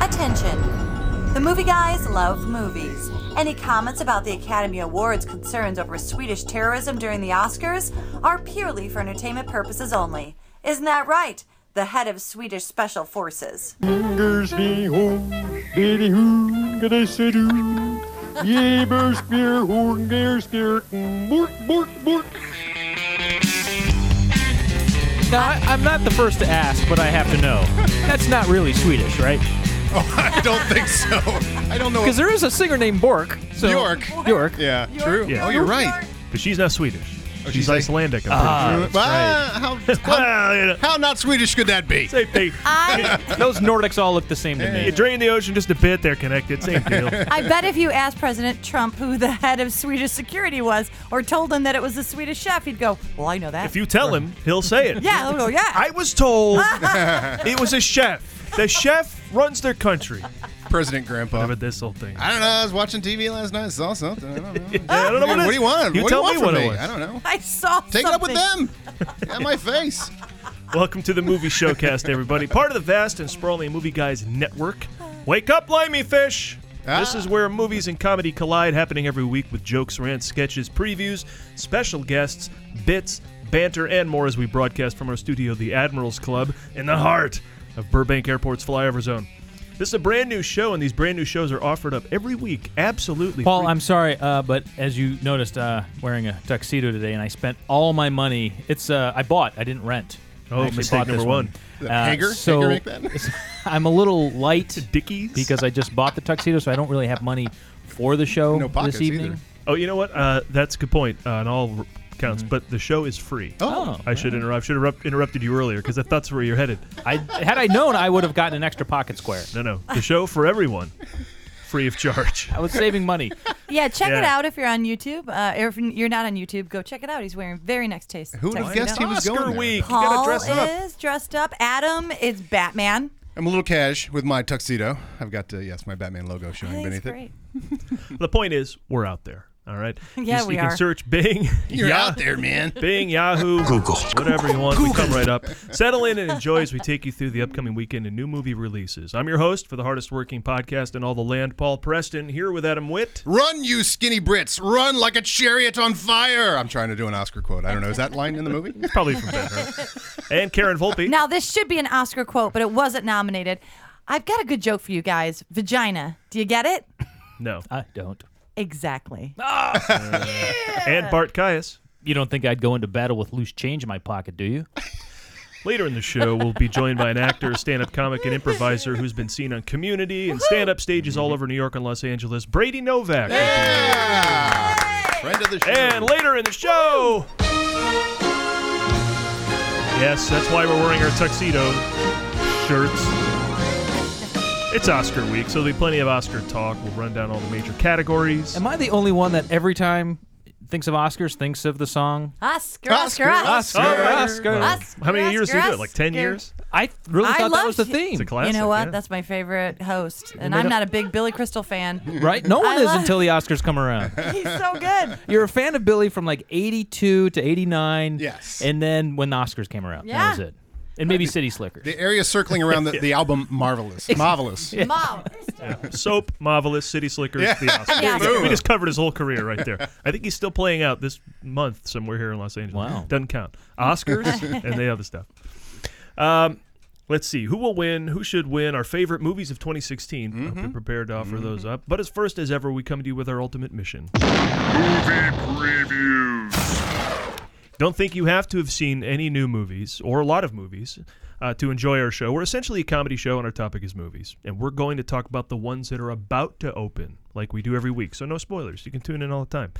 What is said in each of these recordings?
attention. The movie guys love movies. Any comments about the Academy Awards concerns over Swedish terrorism during the Oscars are purely for entertainment purposes only. Isn't that right? The head of Swedish Special Forces. Fingers me home, lady hoon, could I say do? Jebers beer horn, beer spirit, bork, bork, bork. Now, I, I'm not the first to ask, but I have to know. That's not really Swedish, right? I don't think so. I don't know. Because there is a singer named Bork. So York. York. yeah, true. Yeah. Oh, you're right. But she's not Swedish. she's, Oh, she's like- Icelandic. I'm Ah, how, how, pretty sure. how not Swedish could that be? Same thing. Ah. I, Those Nordics all look the same to You me. drain the ocean just a bit, they're connected. Same deal. I bet if you asked President Trump who the head of Swedish security was or told him that it was the Swedish chef, he'd go, Well, I know that. If you tell him, he'll say it. yeah, he'll go, yeah. I was told it was a chef. The chef runs their country. President Grandpa. Remember this whole thing. I don't know. I was watching TV last night. Saw something. I don't know. I don't know what, it what is. do you want? You what tell do you want me from me? what it was. I don't know. I saw Take it up with something. them. At my face. Welcome to the Movie Showcast, everybody. Part of the vast and sprawling Movie Guys network. Wake up, Limey Fish! This Ah. is where movies and comedy collide, happening every week with jokes, rants, sketches, previews, special guests, bits, banter, and more as we broadcast from our studio, the Admirals Club, in the heart of Burbank Airport's flyover zone. This is a brand new show, and these brand new shows are offered up every week, absolutely. Paul, free. I'm sorry, uh, but as you noticed, uh, wearing a tuxedo today, and I spent all my money. It's uh, I bought, I didn't rent. Oh, I actually mistake bought this number one. The Uh, Hager? so Hager make that? I'm a little light Dickies. because I just bought the tuxedo, so I don't really have money for the show No pockets this evening. either. oh, you know what? Uh, that's a good point uh, on all r- counts, but the show is free. Oh. I should interrupt. Should have interrupted you earlier because that's where you're headed. I had I known, I would have gotten an extra pocket square. No, no, the show for everyone, free of charge. I was saving money. Yeah, check it Yeah. out if you're on YouTube. Uh, or if you're not on YouTube, go check it out. He's wearing very nice taste. Who would've Tuxedo. guessed he was Oscar going there. week. you Paul gotta dress up. is dressed up. Adam is Batman. I'm a little cash with my tuxedo. I've got, uh, yes, my Batman logo showing That's beneath it. great. The point is, we're out there. All right. Yeah, you, s- we you can are. search Bing. You're Yah- out there, man. Bing, Yahoo, Google, whatever you want, we come right up. Settle in and enjoy as we take you through the upcoming weekend and new movie releases. I'm your host for the hardest working podcast in all the land, Paul Preston, here with Adam Witt. Run, you skinny Brits! Run like a chariot on fire! I'm trying to do an Oscar quote. I don't know. Is that line in the movie? Probably from Ben Hur. And Karen Volpe. Now, this should be an Oscar quote, but it wasn't nominated. I've got a good joke for you guys. Vagina. Do you get it? No. I don't. Exactly. And Bart Caius. You don't think I'd go into battle with loose change in my pocket, do you? Later in the show, we'll be joined by an actor, stand up comic, and improviser who's been seen on community and stand up stages all over New York and Los Angeles, Brady Novak. Yeah! Friend of the show. And later in the show. Yes, that's why we're wearing our tuxedo shirts. It's Oscar week, so there'll be plenty of Oscar talk. We'll run down all the major categories. Am I the only one that every time thinks of Oscars thinks of the song? Oscar, Oscar, Oscar, Oscar. Oscar. Oscar. Oscar, How many years Oscar, did you do it? Like 10 Oscar. years? I really I thought that loved was the it. theme. It's a Oh, classic. you know what? yeah. That's my favorite host, and they I'm don't- not a big Billy Crystal fan. right? No one I is love- until the Oscars come around. He's so good. You're a fan of Billy from like 82 to 89. Yes. And then when the Oscars came around, Yeah. that was it. And maybe City Slickers. the area circling around the, the album Marvelous. Marvelous. Mom. Soap, Marvelous, City Slickers, Yeah. The Oscars. Yeah. Boom. We just covered his whole career right there. I think he's still playing out this month somewhere here in Los Angeles. Wow. Doesn't count. Oscars and the other stuff. Um, let's see. Who will win? Who should win? Our favorite movies of 2016. Mm-hmm. Hope you're prepared to offer those up. But as first as ever, we come to you with our ultimate mission. Don't think you have to have seen any new movies or a lot of movies uh, to enjoy our show. We're essentially a comedy show, and our topic is movies. And we're going to talk about the ones that are about to open, like we do every week. So, no spoilers. You can tune in all the time.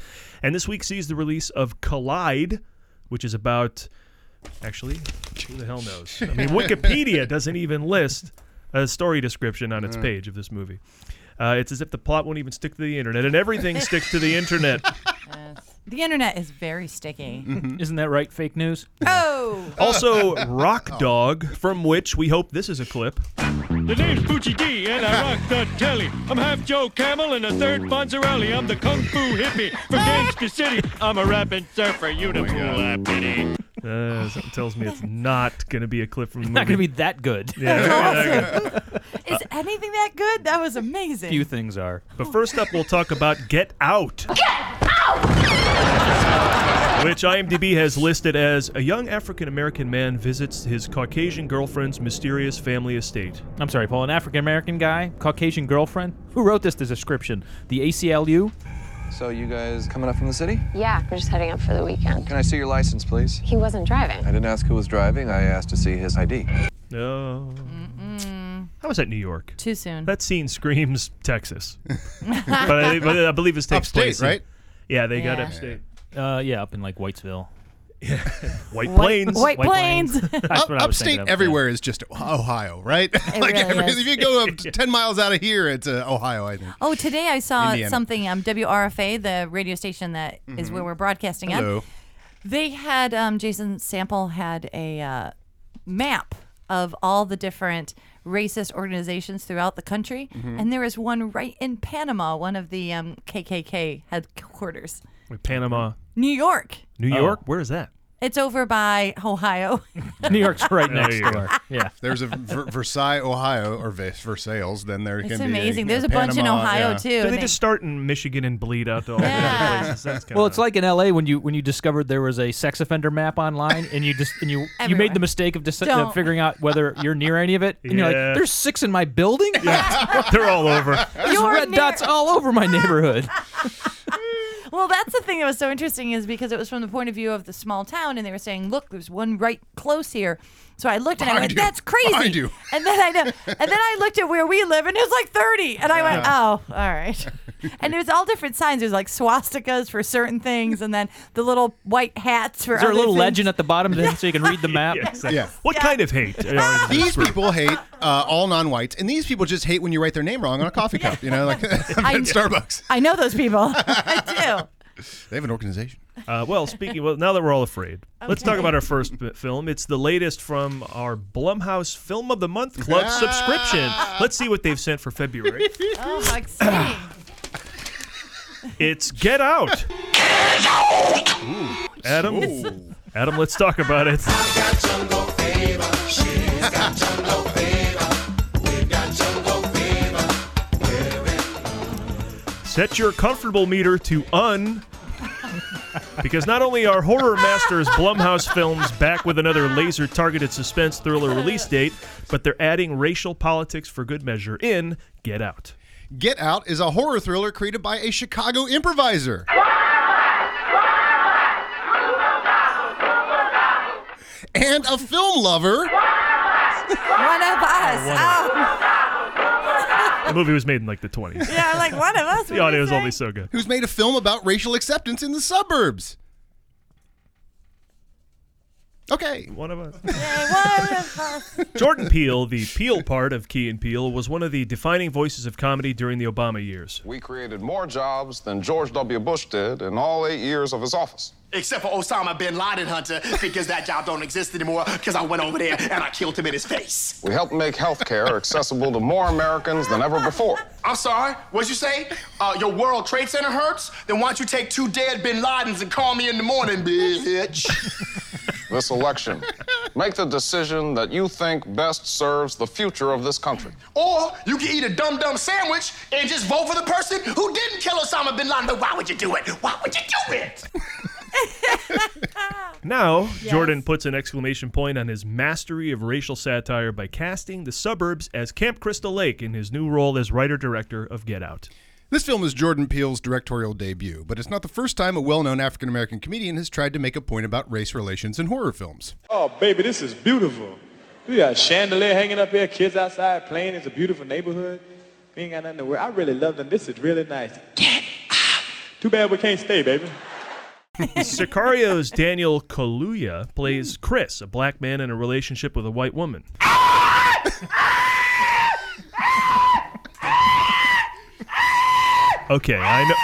And this week sees the release of Collide, which is about. Actually, who the hell knows? I mean, Wikipedia doesn't even list a story description on its page of this movie. Uh, it's as if the plot won't even stick to the internet, and everything sticks to the internet. The internet is very sticky. Isn't that right? Fake news? Oh, Also, Rock Dog, from which we hope this is a clip. The name's Poochie D, and I rock the telly. I'm half Joe Camel and a third Bonzarelli. I'm the Kung Fu hippie from Gangsta City. I'm a rapping surfer, you the fool I pity. Uh, something tells me it's not going to be a clip from the movie. Not going to be that good. Yeah, Uh, is anything that that good? That was amazing. Few things are. But first up, we'll talk about Get Out. Get Out! Which IMDb has listed as a young African American man visits his Caucasian girlfriend's mysterious family estate. I'm sorry, Paul. An African American guy, Caucasian girlfriend. Who wrote this description? The ACLU. So you guys coming up from the city? Yeah, we're just heading up for the weekend. Can I see your license, please? He wasn't I driving. didn't ask who was driving. I asked to see his ID. Oh. How was that New York? Too soon. That scene screams Texas. but, I, but I believe this takes Upstate, place. in- right? Yeah, they got Yeah. upstate. Uh, yeah, up in like Whitesville. White Plains. White, White Plains. That's what I was Upstate thinking of, yeah. everywhere is just Ohio, right? like really every- is. if you go up to ten miles out of here, it's uh, Ohio. I think. oh, today I saw Indiana. Mm-hmm. something. Um, WRFA, the radio station that is where we're broadcasting at. Hello. They had um, Jason Sample had a uh, map of all the different racist organizations throughout the country, Mm-hmm. and there is one right in Panama, one of the um, KKK headquarters. Panama. New York. New Oh. York? Where is that? It's over by Ohio. New York's right next you go. door. Yeah. If There's a Ver- Versailles, Ohio, or Vers- Versailles. Then there It's can amazing. be. There's a bunch in Panama, Ohio yeah. too. Do and they they- just start in Michigan and bleed out to all the Yeah. other places? That's kinda- Well, it's like in LA when you when you discovered there was a sex offender map online, and you just and you you Everywhere. made the mistake of just uh, Don't. figuring out whether you're near any of it, and you're Yeah. like, "There's six in my building. they're all over. There's You're red near- dots all over my neighborhood." Well, that's the thing that was so interesting is because it was from the point of view of the small town, and they were saying, "Look, there's one right close here." So I looked and I Behind went, you. "That's crazy!" Behind you. And then I know, and then I looked at where we live, and it was like 30, and I went, "Oh, all right." And it was all different signs. There's like swastikas for certain things, and then the little white hats for. Is there a other little things. legend at the bottom then so you can read the map? Yeah, exactly. Yeah. What kind of hate? Ah. are these These people hate uh, all non-whites, and these people just hate when you write their name wrong on a coffee cup. You know, like I- at Starbucks. I know those people. I They have an organization. Uh, well, speaking well, now that we're all afraid, let's talk about our first b- film. It's the latest from our Blumhouse Film of the Month Club subscription. Let's see what they've sent for February. do. Oh, Maxine. It's Get Out. Adam, Adam, let's talk about it. Set your comfortable meter to un. Because not only are horror masters Blumhouse Films back with another laser targeted suspense thriller release date, but they're adding racial politics for good measure in Get Out. Get Out is a horror thriller created by a Chicago improviser. And a film lover. one of us. Oh, The movie was made in like the 20s. yeah, I'm like one of us. The audio is always so good. who's made a film about racial acceptance in the suburbs. Okay. One of us. One of us. Jordan Peele, the Peele part of Key and Peele, was one of the defining voices of comedy during the Obama years. We created more jobs than George W. Bush did in all eight years of his office. Except for Osama bin Laden Hunter, because that job don't exist anymore, because I went over there and I killed him in his face. We helped make health care accessible to more Americans than ever before. I'm sorry, what'd you say? Uh, your World Trade Center hurts? Then why don't you take two dead bin Ladens and call me in the morning, bitch? This election, make the decision that you think best serves the future of this country. or you can eat a dum dum sandwich and just vote for the person who didn't kill Osama bin Laden. But why would you do it? Why would you do it? Now, Jordan puts an exclamation point on his mastery of racial satire by casting the suburbs as Camp Crystal Lake in his new role as writer director of Get Out. This film is Jordan Peele's directorial debut, but it's not the first time a well known African American comedian has tried to make a point about race relations in horror films. Oh, baby, this is beautiful. We got a chandelier hanging up here, kids outside playing. It's a beautiful neighborhood. We ain't got nothing to wear. I really love them. This is really nice. Too bad we can't stay, baby. Sicario's Daniel Kaluuya plays Chris, a black man in a relationship with a white woman. Okay, I know.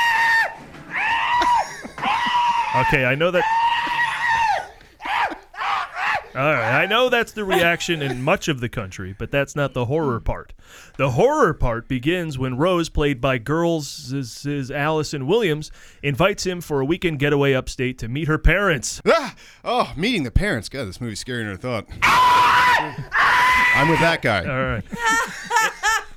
Okay, I know that. All right, I know that's the reaction in much of the country, but that's not the horror part. The horror part begins when Rose, played by girls this is Allison Williams, invites him for a weekend getaway upstate to meet her parents. Ah, oh, meeting the parents. God, this movie's scarier than I thought. I'm with that guy. All right.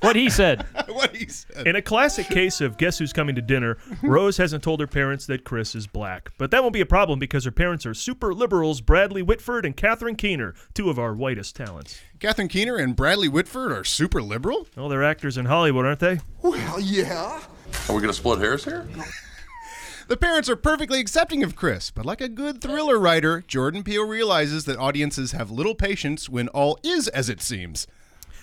what he said. what he said. In a classic case of guess who's coming to dinner, Rose hasn't told her parents that Chris is black. But that won't be a problem because her parents are super liberals Bradley Whitford and Katherine Keener, two of our whitest talents. Katherine Keener and Bradley Whitford are super liberal? Well, they're actors in Hollywood, aren't they? Well, yeah. Are we going to split hairs here? The parents are perfectly accepting of Chris, but like a good thriller writer, Jordan Peele realizes that audiences have little patience when all is as it seems.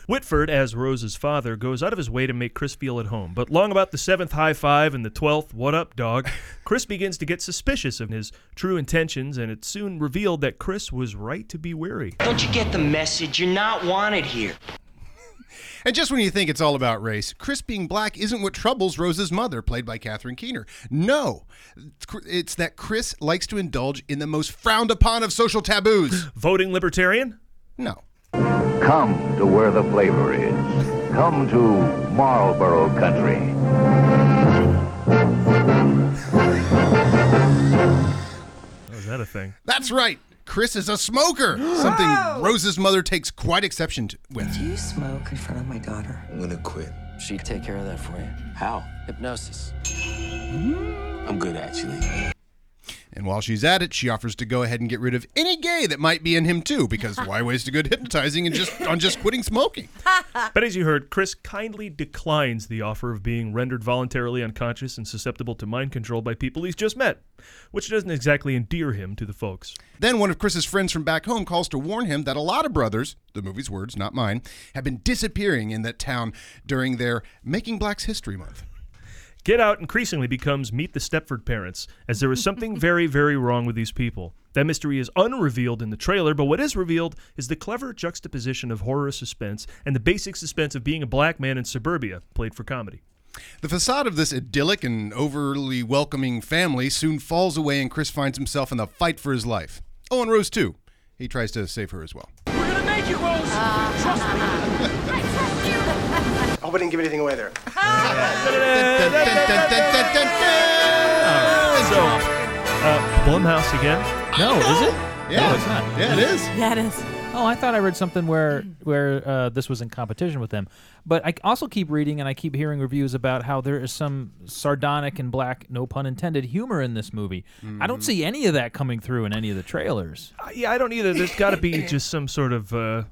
Whitford, as Rose's father, goes out of his way to make Chris feel at home, but long about the seventh high five and the twelfth what up, dog, Chris begins to get suspicious of his true intentions, and it's soon revealed that Chris was right to be wary. Don't you get the message? You're not wanted here. And just when you think it's all about race, Chris being black isn't what troubles Rose's mother, played by Katherine Keener. No, it's that Chris likes to indulge in the most frowned upon of social taboos. Voting libertarian? No. Come to where the flavor is. Come to Marlboro Country. Oh, is that a thing? That's right. Chris is a smoker, something Rose's mother takes quite exception to with. Do you smoke in front of my daughter? I'm gonna quit. She'd take care of that for you. How? Hypnosis. I'm good, actually. And while she's at it, she offers to go ahead and get rid of any gay that might be in him too, because why waste a good hypnotizing and just on just quitting smoking? But as you heard, Chris kindly declines the offer of being rendered voluntarily unconscious and susceptible to mind control by people he's just met, which doesn't exactly endear him to the folks. Then one of Chris's friends from back home calls to warn him that a lot of brothers, the movie's words, not mine, have been disappearing in that town during their Making Blacks History Month. Get Out increasingly becomes Meet the Stepford Parents, as there is something very, very wrong with these people. That mystery is unrevealed in the trailer, but what is revealed is the clever juxtaposition of horror suspense and the basic suspense of being a black man in suburbia, played for comedy. The facade of this idyllic and overly welcoming family soon falls away, and Chris finds himself in the fight for his life. Oh, and Rose, too. He tries to save her as well. We're going to make it, Rose. Trust me. I hope I didn't give anything away there. So, uh, Blumhouse again. No, is it? Yeah. No, it's not. Yeah, it is. Yeah, it is. Oh, I thought I read something where where uh, this was in competition with them. But I also keep reading and I keep hearing reviews about how there is some sardonic and black, no pun intended, humor in this movie. I don't see any of that coming through in any of the trailers. Uh, yeah, I don't either. There's got to be just some sort of. Uh,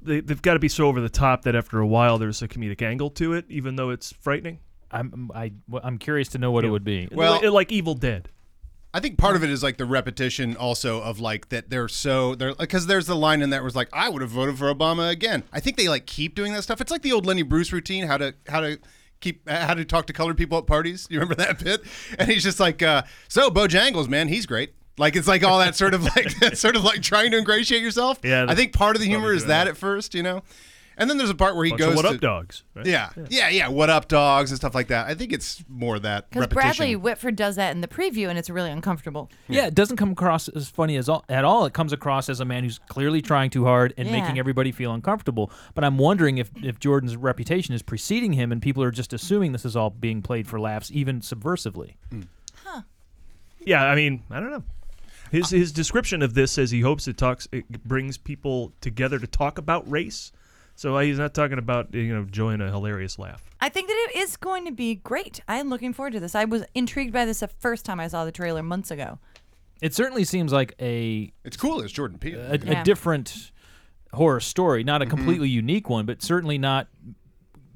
they, they've got to be so over the top that after a while there's a comedic angle to it, even though it's frightening. I'm I, am curious to know what it would be. Well, like, like Evil Dead. I think part of it is like the repetition also of like that they're so they're because there's the line in that was like I would have voted for Obama again. I think they like keep doing that stuff. It's like the old Lenny Bruce routine how to how to keep how to talk to colored people at parties. You remember that bit? And he's just like uh, so Bojangles, man, he's great. Like it's like all that sort of like that sort of like trying to ingratiate yourself. Yeah, I think part of the humor probably is doing that, that. at first, you know. And then there's a part where he Bunch of goes to, what up dogs. right? Yeah, yeah, yeah, What up, dogs and stuff like that. I think it's more that Because repetition. Bradley Whitford does that in the preview, and it's really uncomfortable. Yeah, it doesn't come across as funny as all, at all. It comes across as a man who's clearly trying too hard and Yeah. making everybody feel uncomfortable. But I'm wondering if, if Jordan's reputation is preceding him and people are just assuming this is all being played for laughs, even subversively. Yeah, I mean, I don't know. His Uh, his description of this says he hopes it talks it brings people together to talk about race. So uh, he's not talking about you know enjoying a hilarious laugh. I think that it is going to be great. I am looking forward to this. I was intrigued by this the first time I saw the trailer months ago. It certainly seems like a It's cool. It's Jordan Peele. a, Yeah. a different horror story, not Mm-hmm. a completely unique one, but certainly not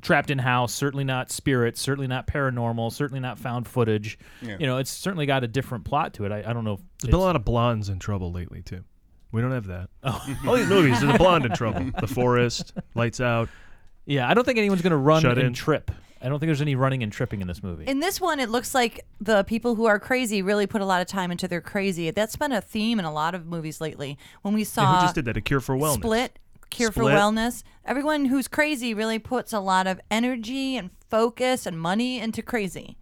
trapped in house, certainly not spirits, certainly not paranormal, certainly not found footage. Yeah. You know, it's certainly got a different plot to it. I, I don't know. If There's been a it's- lot of blondes in trouble lately too. We don't have that. All these movies, there's a blonde in trouble. The Forest, Lights Out. yeah, I don't think anyone's going to run Shut and in. trip. I don't think there's any running and tripping in this movie. In this one, it looks like the people who are crazy really put a lot of time into their crazy. That's been a theme in a lot of movies lately. When we Yeah, saw who just did that? A Cure for Wellness. Uh, Split, Cure for Split. Wellness, everyone who's crazy really puts a lot of energy and focus and money into crazy.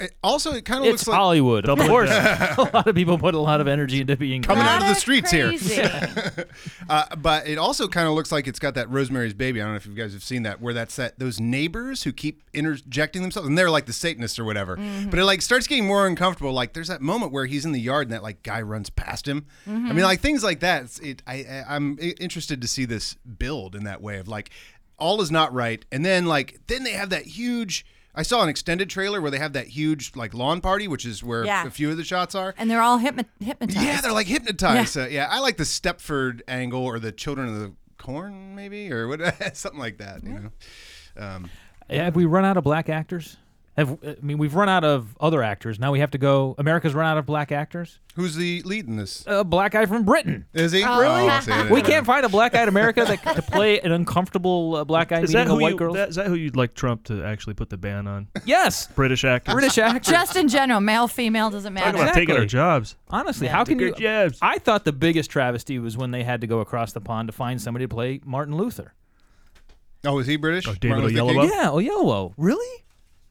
It- also, it kind of it's looks like Hollywood, of Double course. down. a lot of people put a lot of energy into being coming out of the Product streets crazy. here. Uh, but it also kind of looks like it's got that Rosemary's Baby. I don't know if you guys have seen that, where that's that those neighbors who keep interjecting themselves, and they're like the Satanists or whatever. But it like starts getting more uncomfortable. Like there's that moment where he's in the yard and that like guy runs past him. I mean, like things like that. It's, it I, I I'm i- interested to see this build in that way of like all is not right. And then like then they have that huge. I saw an extended trailer where they have that huge like lawn party, which is where Yeah. a few of the shots are. And they're all hypno- hypnotized. Yeah, they're like hypnotized. Yeah, yeah I like the Stepford angle or the Children of the Corn, maybe or what, something like that. You know. Um, Have we run out of black actors? Have uh, I mean we've run out of other actors. Now we have to go. America's run out of black actors. Who's the lead in this? A black guy from Britain. Is he Oh, Uh, really? see, I didn't we know. can't find a black-eyed America that to play an uncomfortable uh, black guy Is meeting that, a who white you, girl. that, is that who you'd like Trump to actually put the ban on? Yes. British actors. British actors. Just in general, male, female, doesn't matter. Talk about taking our jobs. Honestly, Yeah. how can Take you? I thought the biggest travesty was when they had to go across the pond to find somebody to play Martin Luther. Oh, is he British? Oh, David Martin Luther King? Oyelowo? Yeah, Oyelowo. Really?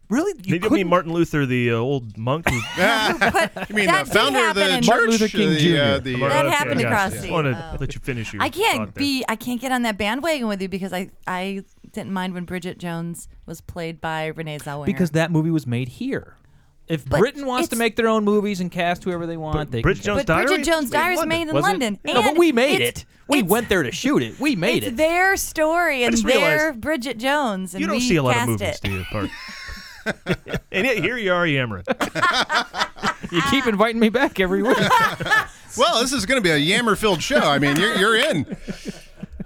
Really? You Maybe it'll be Martin Luther, the uh, old monk. Who, you mean the founder of the church? Martin Luther King the, Jr. uh, the- That happened Yeah. across Yeah. the- uh, I want to let you finish your. I can't thought there. be. I can't get on that bandwagon with you because I I didn't mind when Bridget Jones was played by Renee Zellweger. Because that movie was made here. If But Britain wants to it's- make their own movies and cast whoever they want, they Bridget can Jones cast- Diary? Bridget Jones Diary is made in Was it? London. No, but and we made it's- it. We went there to shoot it. We made it's it. their story and just their realized Bridget Jones. And You don't we see a lot of cast movies, it. do you, Park? and yet here you are, Yammer. you keep inviting me back every week. well, this is going to be a yammer-filled show. I mean, you're, you're in.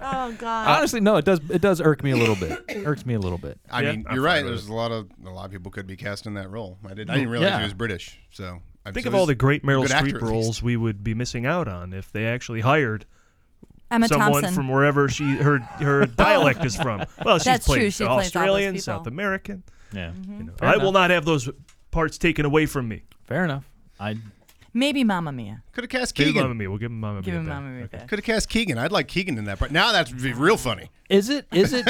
Oh God. Uh, Honestly, no, it does. It does irk me a little bit. irks me a little bit. I Yeah, mean, I'm you're fine right. with There's a lot of a lot of people could be cast in that role. I didn't. I didn't realize Yeah. he was British. So I'm Think so of all he's the great Meryl good actor, Streep at least. roles we would be missing out on if they actually hired Oh, Emma someone Thompson. from wherever she her her dialect is from. Well, she's That's played true. She plays all those Australian, people. South American. Yeah. You know, Fair I enough. will not have those parts taken away from me. Fair enough. I Maybe Mamma Mia. Could have cast Give him Mamma Keegan. Mia. We'll give him Mamma Give Mia. him back. Mamma Mia back. Could have cast Keegan. I'd like Keegan in that part. Now that's be real funny. Is it is it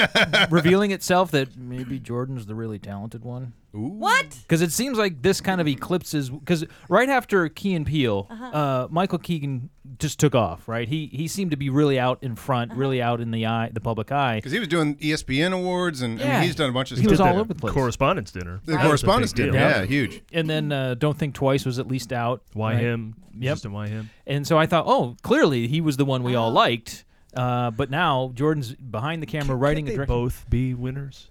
revealing itself that maybe Jordan's the really talented one? What? Because it seems like this kind of eclipses. Because right after Key and Peele, uh Michael Keegan just took off. Right, he he seemed to be really out in front, really out in the eye, the public eye. Because he was doing E ESPN awards, and I Yeah. mean, he's done a bunch of He stuff. was all Yeah. over the place. Correspondence dinner. The That was a correspondence big dinner, deal. yeah, huge. And then uh, Don't Think Twice was at least out. Why right? him? Yep. Just a why him? And so I thought, oh, clearly he was the one we all liked. Uh, but now Jordan's behind the camera writing Can't and they directing. both be winners?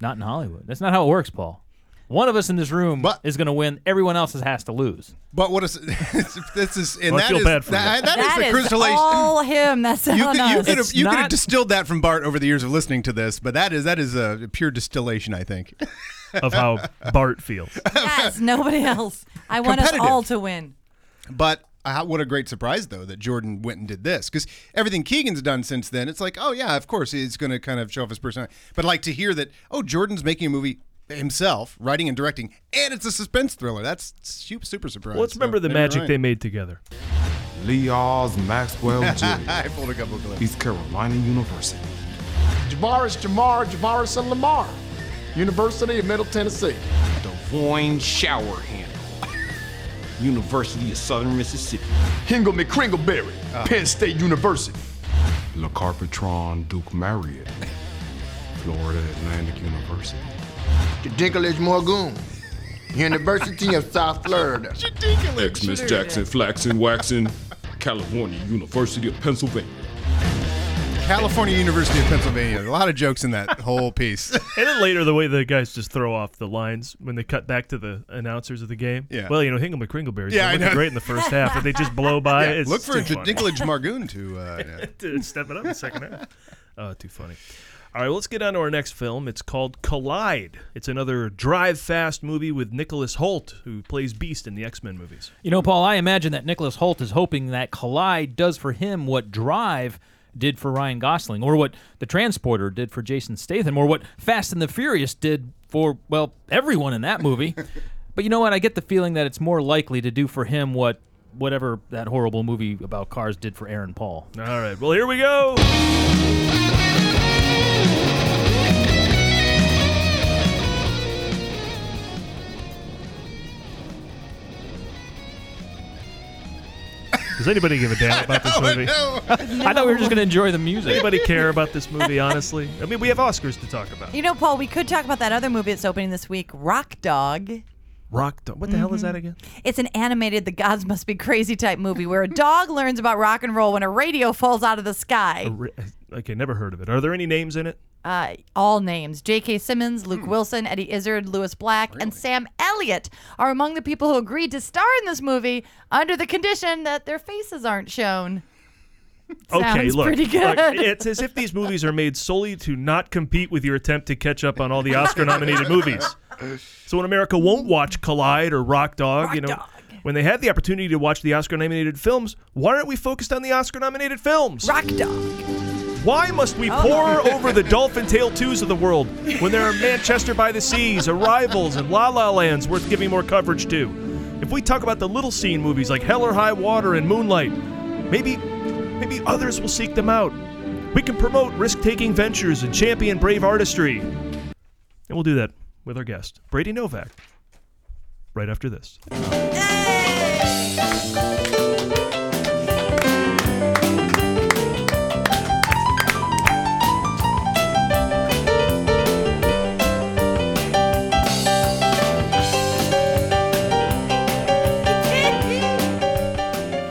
Not in Hollywood. That's not how it works, Paul. One of us in this room is going to win. Everyone else has to lose. But what is this is and Well, I that feel is bad for that, you. that is That the is crystallization. all him. That's you all could, you us. could have you could have not- distilled that from Bart over the years of listening to this, but that is that is a pure distillation, I think. Of how Bart feels. yes, nobody else. I want us Competitive. all to win. But uh, what a great surprise, though, that Jordan went and did this because everything Keegan's done since then, it's like, oh yeah, of course, he's going to kind of show off his personality. But like to hear that, oh, Jordan's making a movie himself, writing and directing, and it's a suspense thriller. That's super, super surprise. Well, let's So remember the maybe you're magic right. they made together. Leo's Maxwell Jr. I pulled a couple clips. He's Carolina University. Jamar is Jamar, Jamarison Lamar, University of Middle Tennessee. Voin shower handle. University of Southern Mississippi. Hingle McCringleberry, Penn State University. Le Carpetron Duke Marriott. Florida Atlantic University. The Dinklage Morgoon, University of South Florida. X-Miss Jackson, Flaxen, Waxen, California University of Pennsylvania. California University of Pennsylvania. A lot of jokes in that whole piece. And then later, the way the guys just throw off the lines when they cut back to the announcers of the game. Yeah. Well, you know, Hingle McCringleberry Yeah, I yeah, know. great in the first half, but they just blow by. Yeah, it's look for too funny. Dinklage Margoon to uh, yeah. to step it up in the second half. Oh, too funny. All right, well, let's get on to our next film. It's called Collide. It's another drive fast movie with Nicholas Holt, who plays Beast in the X Men movies. You know, Paul, I imagine that Nicholas Holt is hoping that Collide does for him what Drive did for Ryan Gosling, or what The Transporter did for Jason Statham, or what Fast and the Furious did for, well, everyone in that movie. but you know what? I get the feeling that it's more likely to do for him what whatever that horrible movie about cars did for Aaron Paul. All right, well, here we go. Does anybody give a damn about this movie? Oh, I thought we were just going to enjoy the music. Anybody care about this movie, honestly? I mean, we have Oscars to talk about. You know, Paul, we could talk about that other movie that's opening this week, Rock Dog. Rock Dog. What the hell is that Mm-hmm. again? It's an animated The Gods Must Be Crazy type movie where a dog learns about rock and roll when a radio falls out of the sky. Oh. uh, Okay, never heard of it. Are there any names in it? uh, all names J.K. Simmons, Hmm. Luke Wilson, Eddie Izzard, Lewis Black, and Sam Elliott are among the people who agreed to star in this movie under the condition that their faces aren't shown. okay, Sounds look, pretty look, good. it's as if these movies are made solely to not compete with your attempt to catch up on all the Oscar-nominated movies. So when America won't watch Collide or Rock Dog, you know, when they have the opportunity to watch the Oscar-nominated films, why aren't we focused on the Oscar-nominated films? Rock Dog. Why must we pour over the dolphin tail twos of the world when there are Manchester by the Seas, Arrivals, and La La Lands worth giving more coverage to? If we talk about the little scene movies like Hell or High Water and Moonlight, maybe maybe others will seek them out. We can promote risk-taking ventures and champion brave artistry. And we'll do that with our guest, Brady Novak, right after this.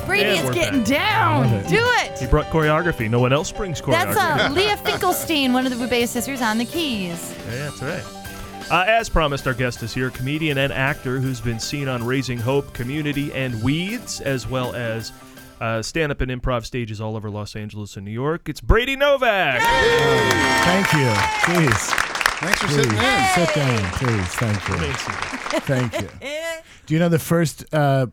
Brady And is we're getting back. down. Do it. He brought choreography. No one else brings choreography. That's uh, Leah Finkelstein, one of the Bouvet sisters on the keys. Yeah, that's right. Uh, as promised, our guest is here, comedian and actor who's been seen on Raising Hope, Community, and Weeds, as well as uh, stand up and improv stages all over Los Angeles and New York. It's Brady Novak. Thank you. Please. Thanks for please. sitting in. Sit down, please. Thank you. Thank you. Do you know the first uh,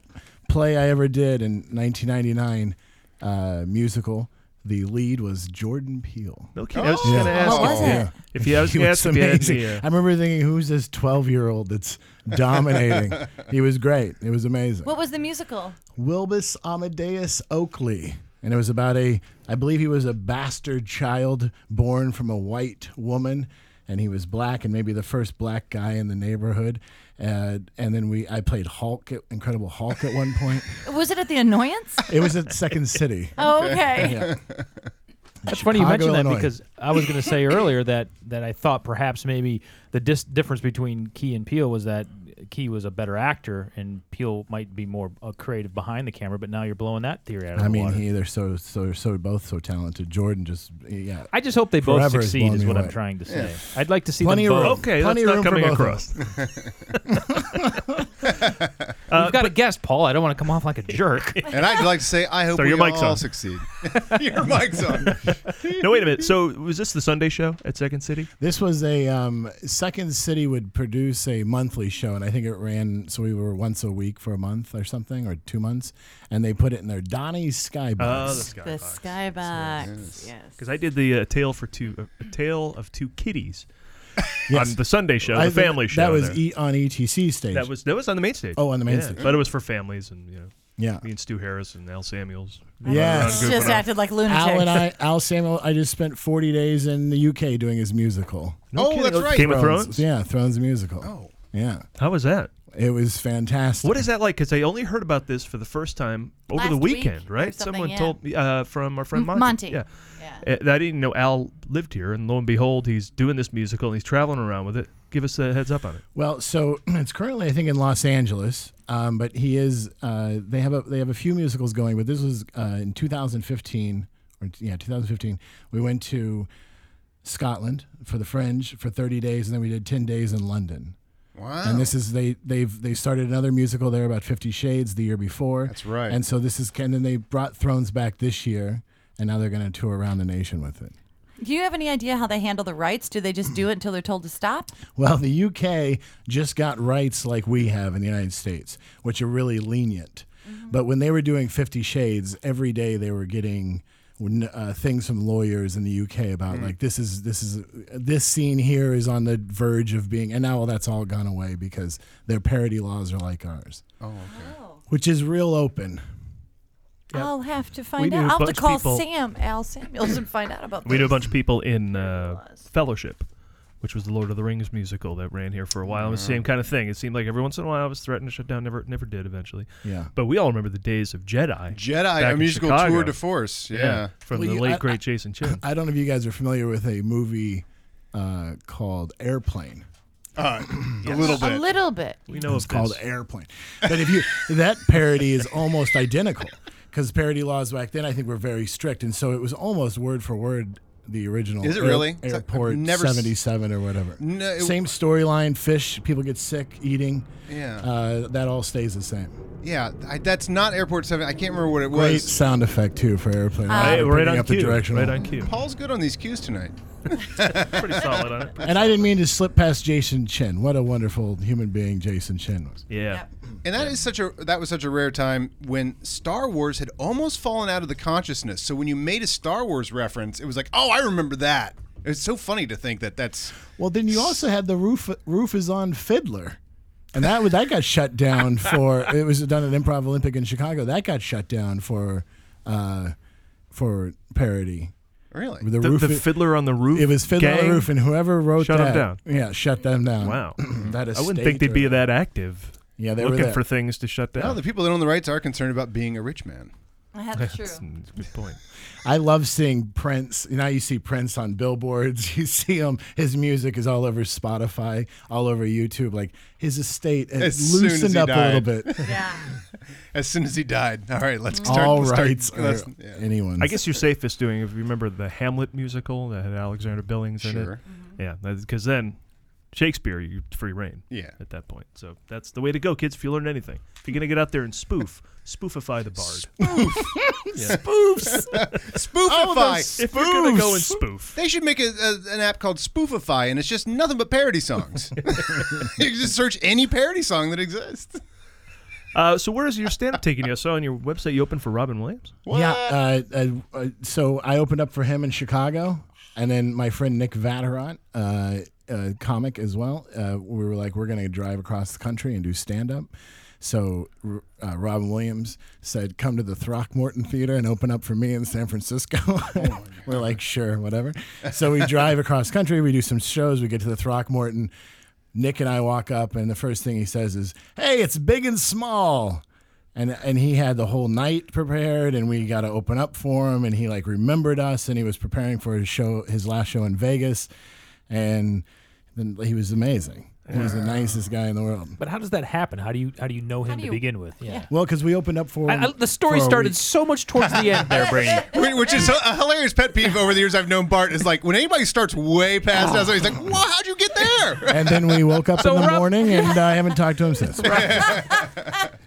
play I ever did in 1999 uh, musical? The lead was Jordan Peele. Okay, I was Oh. just gonna ask What if- Oh, was it? yeah. if you- I was He gonna ask if you had amazing. any, uh, I remember thinking, "Who's this 12-year-old that's dominating?" he was great. It was amazing. What was the musical? Wilbus Amadeus Oakley. And it was about a, I believe he was a bastard child born from a white woman. And he was black and maybe the first black guy in the neighborhood. Uh, and then we, I played Hulk, at, Incredible Hulk at one point. Was it at the Annoyance? It was at Second City. Oh, okay. Yeah. That's funny you Chicago, mentioned that Illinois. because I was going to say earlier that that I thought perhaps maybe the dis- difference between Key and Peel was that Key was a better actor and Peel might be more uh, creative behind the camera. But now you're blowing that theory out of I the mean, water. he, they're so, so, so both so talented. Jordan just, yeah. I just hope they both forever has succeed, blown is me what I'm away. trying to say. I'd like to see Plenty them of both. room. Plenty of room for both of across. Uh, We've got a guest, Paul. I don't want to come off like a jerk. And I'd like to say, I hope Throw we your mics all on. succeed. your mic's on. no, wait a minute. So, was this the Sunday show at Second City? This was a um, Second City would produce a monthly show, and I think it ran so we were once a week for a month or something or two months, and they put it in their Donnie Oh, Skybox. Skybox. The Skybox. Yes. Because I did the uh, tale for two, uh, tale of two kitties Yes. on the Sunday show, I the think family show. That was there. e- on ETC stage. That was that was on the main stage. Oh, on the main Yeah, stage. But it was for families and you know. Yeah. Me and Stu Harris and Al Samuels. Yes. running around goofing Just off. acted like lunatics. Al and I, Al Samuel, I just spent 40 days in the UK doing his musical. No Oh, kidding. that's right. Game of Thrones? Yeah, Thrones musical. Oh. Yeah. How was that? It was fantastic. What is that like? Because I only heard about this for the first time over the Last week weekend, or right? something, Someone yeah. told me uh, from our friend M- Monty. Monty. Yeah. Uh, that I didn't know Al lived here, and lo and behold, he's doing this musical and he's traveling around with it. Give us a heads up on it. Well, so it's currently I think in Los Angeles, um, but he is. Uh, they have a they have a few musicals going, but this was uh, in 2015 or yeah 2015. We went to Scotland for the Fringe for 30 days, and then we did 10 days in London. Wow. And this is they they've they started another musical there about Fifty Shades the year before. That's right. And so this is and then they brought Thrones back this year, and now they're going to tour around the nation with it. Do you have any idea how they handle the rights? Do they just do it until they're told to stop? Well, the UK just got rights like we have in the United States, which are really lenient. Mm-hmm. But when they were doing Fifty Shades, every day they were getting n- uh, things from lawyers in the UK about Mm. like this is this is this scene here is on the verge of being, and now all that's all gone away because their parody laws are like ours, Oh, okay. which is real open. I'll have to find knew a out. I'll have to bunch of call people- Sam, Al Samuels, and find out about We knew a this. bunch of people in uh, Fellowship, which was the Lord of the Rings musical that ran here for a while. It was the same kind of thing. It seemed like every once in a while it was threatened to shut down. Never, never did eventually. Yeah. But we all remember the days of Jedi. Jedi, back a in musical Chicago. tour de force, yeah. From Well, the you- late I- great Jason Chin. I don't know if you guys are familiar with a movie uh, called Airplane. Uh, A little A bit. little bit. We know it's of called this. Airplane. But if you that parody is almost identical because parody laws back then I think were very strict, and so it was almost word for word the original. Is it really? Is that- I've Airport never s- '77 or whatever. No, it- same storyline. Fish. People get sick eating. Yeah. Uh, that all stays the same. Yeah, I, that's not Airport Seven. I can't remember what it Great was. sound effect too for airplane. Uh, Picking up the directional. Paul's good on these cues tonight. Pretty solid on it. And I didn't mean to slip past Jason Chin. What a wonderful human being Jason Chin was. Yeah. And that is such a that was such a rare time when Star Wars had almost fallen out of the consciousness. So when you made a Star Wars reference, it was like, "Oh, I remember that." It's so funny to think that that's Well, then you also had the roof. Roof is on Fiddler, and that was- that got shut down for. It was done at Improv Olympic in Chicago. That got shut down for, uh, for parody. Really? The, The- roof. the Fiddler on the Roof It was Fiddler on gang the Roof, and whoever wrote shut 'em that. down. Yeah, shut them down. Wow. that is. I wouldn't think they'd be that active. Yeah, they were looking there. for things to shut down. Now the people that own the rights are concerned about being a rich man. That's true. Hmm, good point. I love seeing Prince. Now you see Prince on billboards. You see him. His music is all over Spotify, all over YouTube. Like his estate has As soon as loosened he up a died. little bit. Yeah. as soon as he died. All right, let's start. Mm. All let's start- rights are let's- anyone's. I guess you're safest doing if you remember the Hamlet musical that had Alexander Billings in it. Sure. Yeah, because then Shakespeare, you free reign. Yeah. At that point, so that's the way to go, kids. If you learn anything, if you're gonna get out there and spoof, spoofify the bard. Yeah. Spoofs. Oh, All Spoofify. Oh, those If you're gonna go and spoof. They should make a, a, an app called Spoofify, and it's just nothing but parody songs. you can just search any parody song that exists. Uh, so where is your stand-up taking you? I saw on your website you opened for Robin Williams. Yeah. Uh, uh, uh, so I opened up for him in Chicago, and then my friend Nick Vatterott, uh, a comic as well. Uh, we were like, we're going to drive across the country and do stand up. So R- uh, Robin Williams said, "Come to the Throckmorton Theater and open up for me in San Francisco." Oh, we're like, "Sure, whatever." So we drive across country. We do some shows. We get to the Throckmorton. Nick and I walk up, and the first thing he says is, "Hey, it's big and small." and and he had the whole night prepared and we got to open up for him and he like remembered us and he was preparing for his show his last show in Vegas and then he was amazing. He was the nicest guy in the world. But how does that happen? How do you how do you know him to begin with? Yeah. Well, because we opened up for him I- I- the story for a started week. so much towards the end there, Brady. Wh- Which is a hilarious pet peeve over the years I've known Bart is like when anybody starts way past us, he's like, Oh. "Whoa, how'd you get there?" and then we woke up So in the Rob- morning and I haven't talked to him since.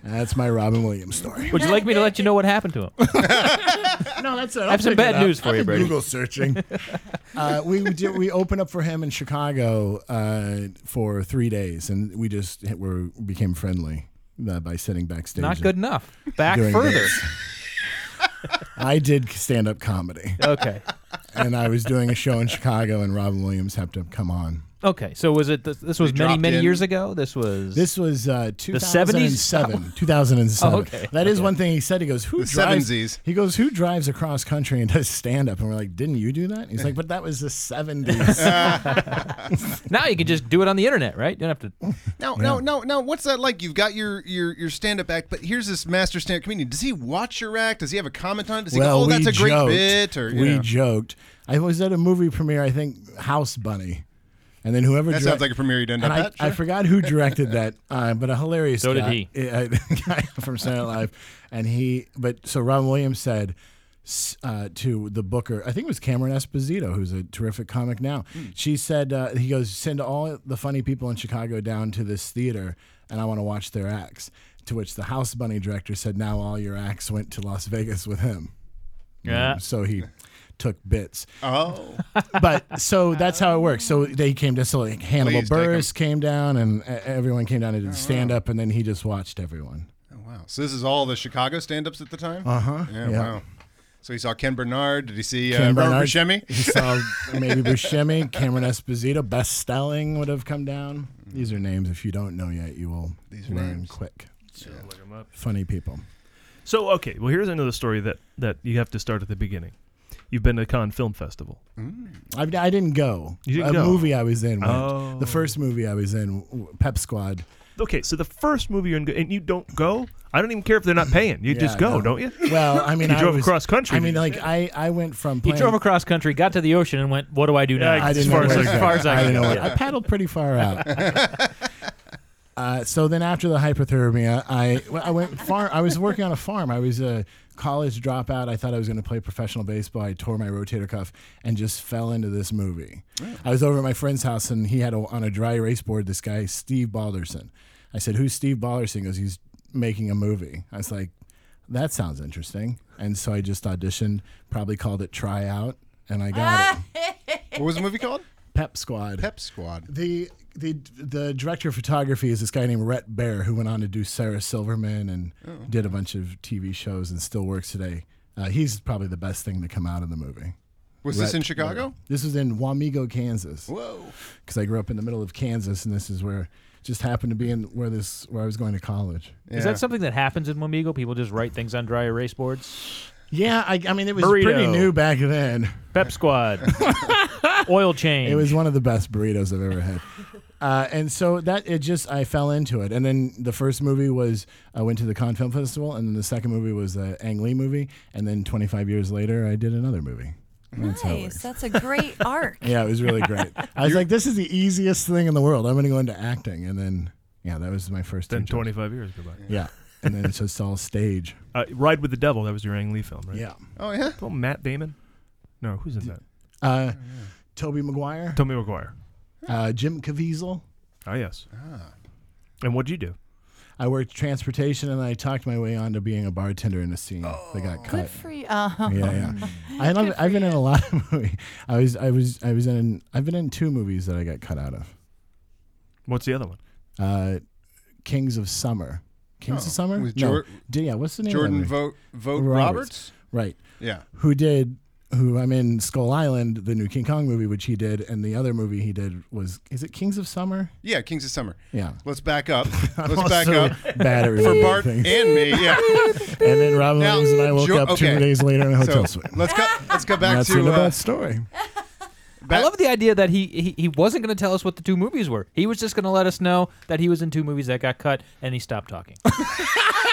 That's my Robin Williams story. Would you like me to let you know what happened to him? no, that's it. I have some bad news for you, Brady. Google searching. uh, we we did, we opened up for him in Chicago uh, for three days, and we just hit, were became friendly uh, by sitting backstage. Not and good enough. Back doing further. this. I did stand up comedy. Okay. and I was doing a show in Chicago, and Robin Williams happened to come on. Okay, so was it this, this was They many dropped many in. years ago? This was This was uh, the seventies. 2007. 2007. Oh, okay. That is one thing he said. He goes, "Who The drives?" 70s. He goes, "Who drives across country and does stand up?" And we're like, "Didn't you do that?" He's like, "But that was the '70s." now you can just do it on the internet, right? You don't have to. Now, now, now, now, what's that like? You've got your your your stand up act, but here's this master stand up comedian. Does he watch your act? Does he have a comment on it? Does he go, "Oh, that's a great joked. bit"? Or you we know. joked. I was at a movie premiere. I think House Bunny, and then whoever That sounds like a premiere you'd end and up I, at, I sure. forgot who directed that, uh, but a hilarious. So did guy, he. guy from Saturday Night Live, and he. But so Ron Williams said. s- Uh, to the booker, I think it was Cameron Esposito, who's a terrific comic now. Hmm. She said, uh, "He goes send all the funny people in Chicago down to this theater, and I want to watch their acts." To which the House Bunny director said, "Now all your acts went to Las Vegas with him." Yeah. So he took bits. Oh. But so that's how it works. So they came to so like Hannibal Please take 'em. Burris came down and e- everyone came down and did stand up and then he just watched everyone. Oh, wow. So this is all the Chicago stand ups at the time. Uh-huh, Yeah, yeah. Wow. So he saw Ken Bernard. Did he see uh, Ken Robert Barnard, Buscemi? He saw maybe Buscemi, Cameron Esposito, Best Stelling would have come down. These are names if you don't know yet, you will These are learn names. quick. Yeah, look 'em up. Funny people. So okay, well here's another story that that you have to start at the beginning. You've been to Cannes Film Festival. I, I didn't go. You didn't a go. movie I was in. Went. Oh. The first movie I was in, w- Pep Squad. Okay, so the first movie you're in, and you don't go. I don't even care if they're not paying. You Yeah, just I go, know. don't you? Well, I mean, you I drove was- across country. I mean, like I, I went from He playing, drove across country, got to the ocean, and went. What do I do now? I didn't as far know as, where I- to as go. far as I, I can didn't know go. where- I paddled pretty far out. Uh, so then after the hypothermia, I well, I went far. I was working on a farm. I was a college dropout. I thought I was going to play professional baseball. I tore my rotator cuff and just fell into this movie. Really? I was over at my friend's house and he had a, on a dry erase board this guy Steve Balderson. I said, "Who's Steve Balderson?" He goes, "He's making a movie." I was like, "That sounds interesting." And so I just auditioned, probably called it tryout, and I got Ah! it. What was the movie called? Pep Squad. Pep Squad. The the the director of photography is this guy named Rhett Bear who went on to do Sarah Silverman and Oh. did a bunch of TV shows and still works today. Uh, he's probably the best thing to come out of the movie. Was this in Chicago? This was in Wamego, Kansas. Whoa! Because I grew up in the middle of Kansas, and this is where just happened to be in where this where I was going to college. Is that something that happens in Wamego? People just write things on dry erase boards. Yeah, I, I mean it was Burrito. pretty new back then. Pep Squad, oil change. It was one of the best burritos I've ever had. Uh, and so that it just I fell into it, and then the first movie was I went to the Cannes Film Festival, and then the second movie was the Ang Lee movie, and then 25 years later I did another movie. That's how it Nice. works. That's a great arc. Yeah, it was really great. I was like, this is the easiest thing in the world. I'm going to go into acting, and then yeah, that was my first. Then two jobs. 25 years go by. Yeah, and then it's just all stage. Uh, Ride with the Devil. That was your Ang Lee film, right? Yeah. Oh yeah. Well, Matt Damon. No, who's in that? Uh, Toby Maguire, Tommy McGuire. uh, Jim Caviezel. Oh yes. Ah. And what'd you do? I worked transportation, and I talked my way on to being a bartender in a scene that got cut. Good for you. Oh. Yeah, yeah. I love. I've been in a lot of movies. I was, I was, I was in. I've been in two movies that I got cut out of. What's the other one? Uh, Kings of Summer. Kings Oh, of Summer. with no. Jor- D- yeah. What's the name? Jordan of that movie? Vogt- Vogt Roberts? Right. Yeah. Who did? Who I'm in Skull Island, the new King Kong movie, which he did, and the other movie he did was is it Kings of Summer? Yeah, Kings of Summer. Yeah. Let's back up. I'm Let's back also up. bad at For remembering Bart things. and me, yeah. And then Robin Now, Williams and I woke Jo- up two okay. days later in a hotel so, suite. Let's go. Let's go back That's to in the uh, best story. I love the idea that he, he he wasn't going to tell us what the two movies were. He was just going to let us know that he was in two movies that got cut, and he stopped talking.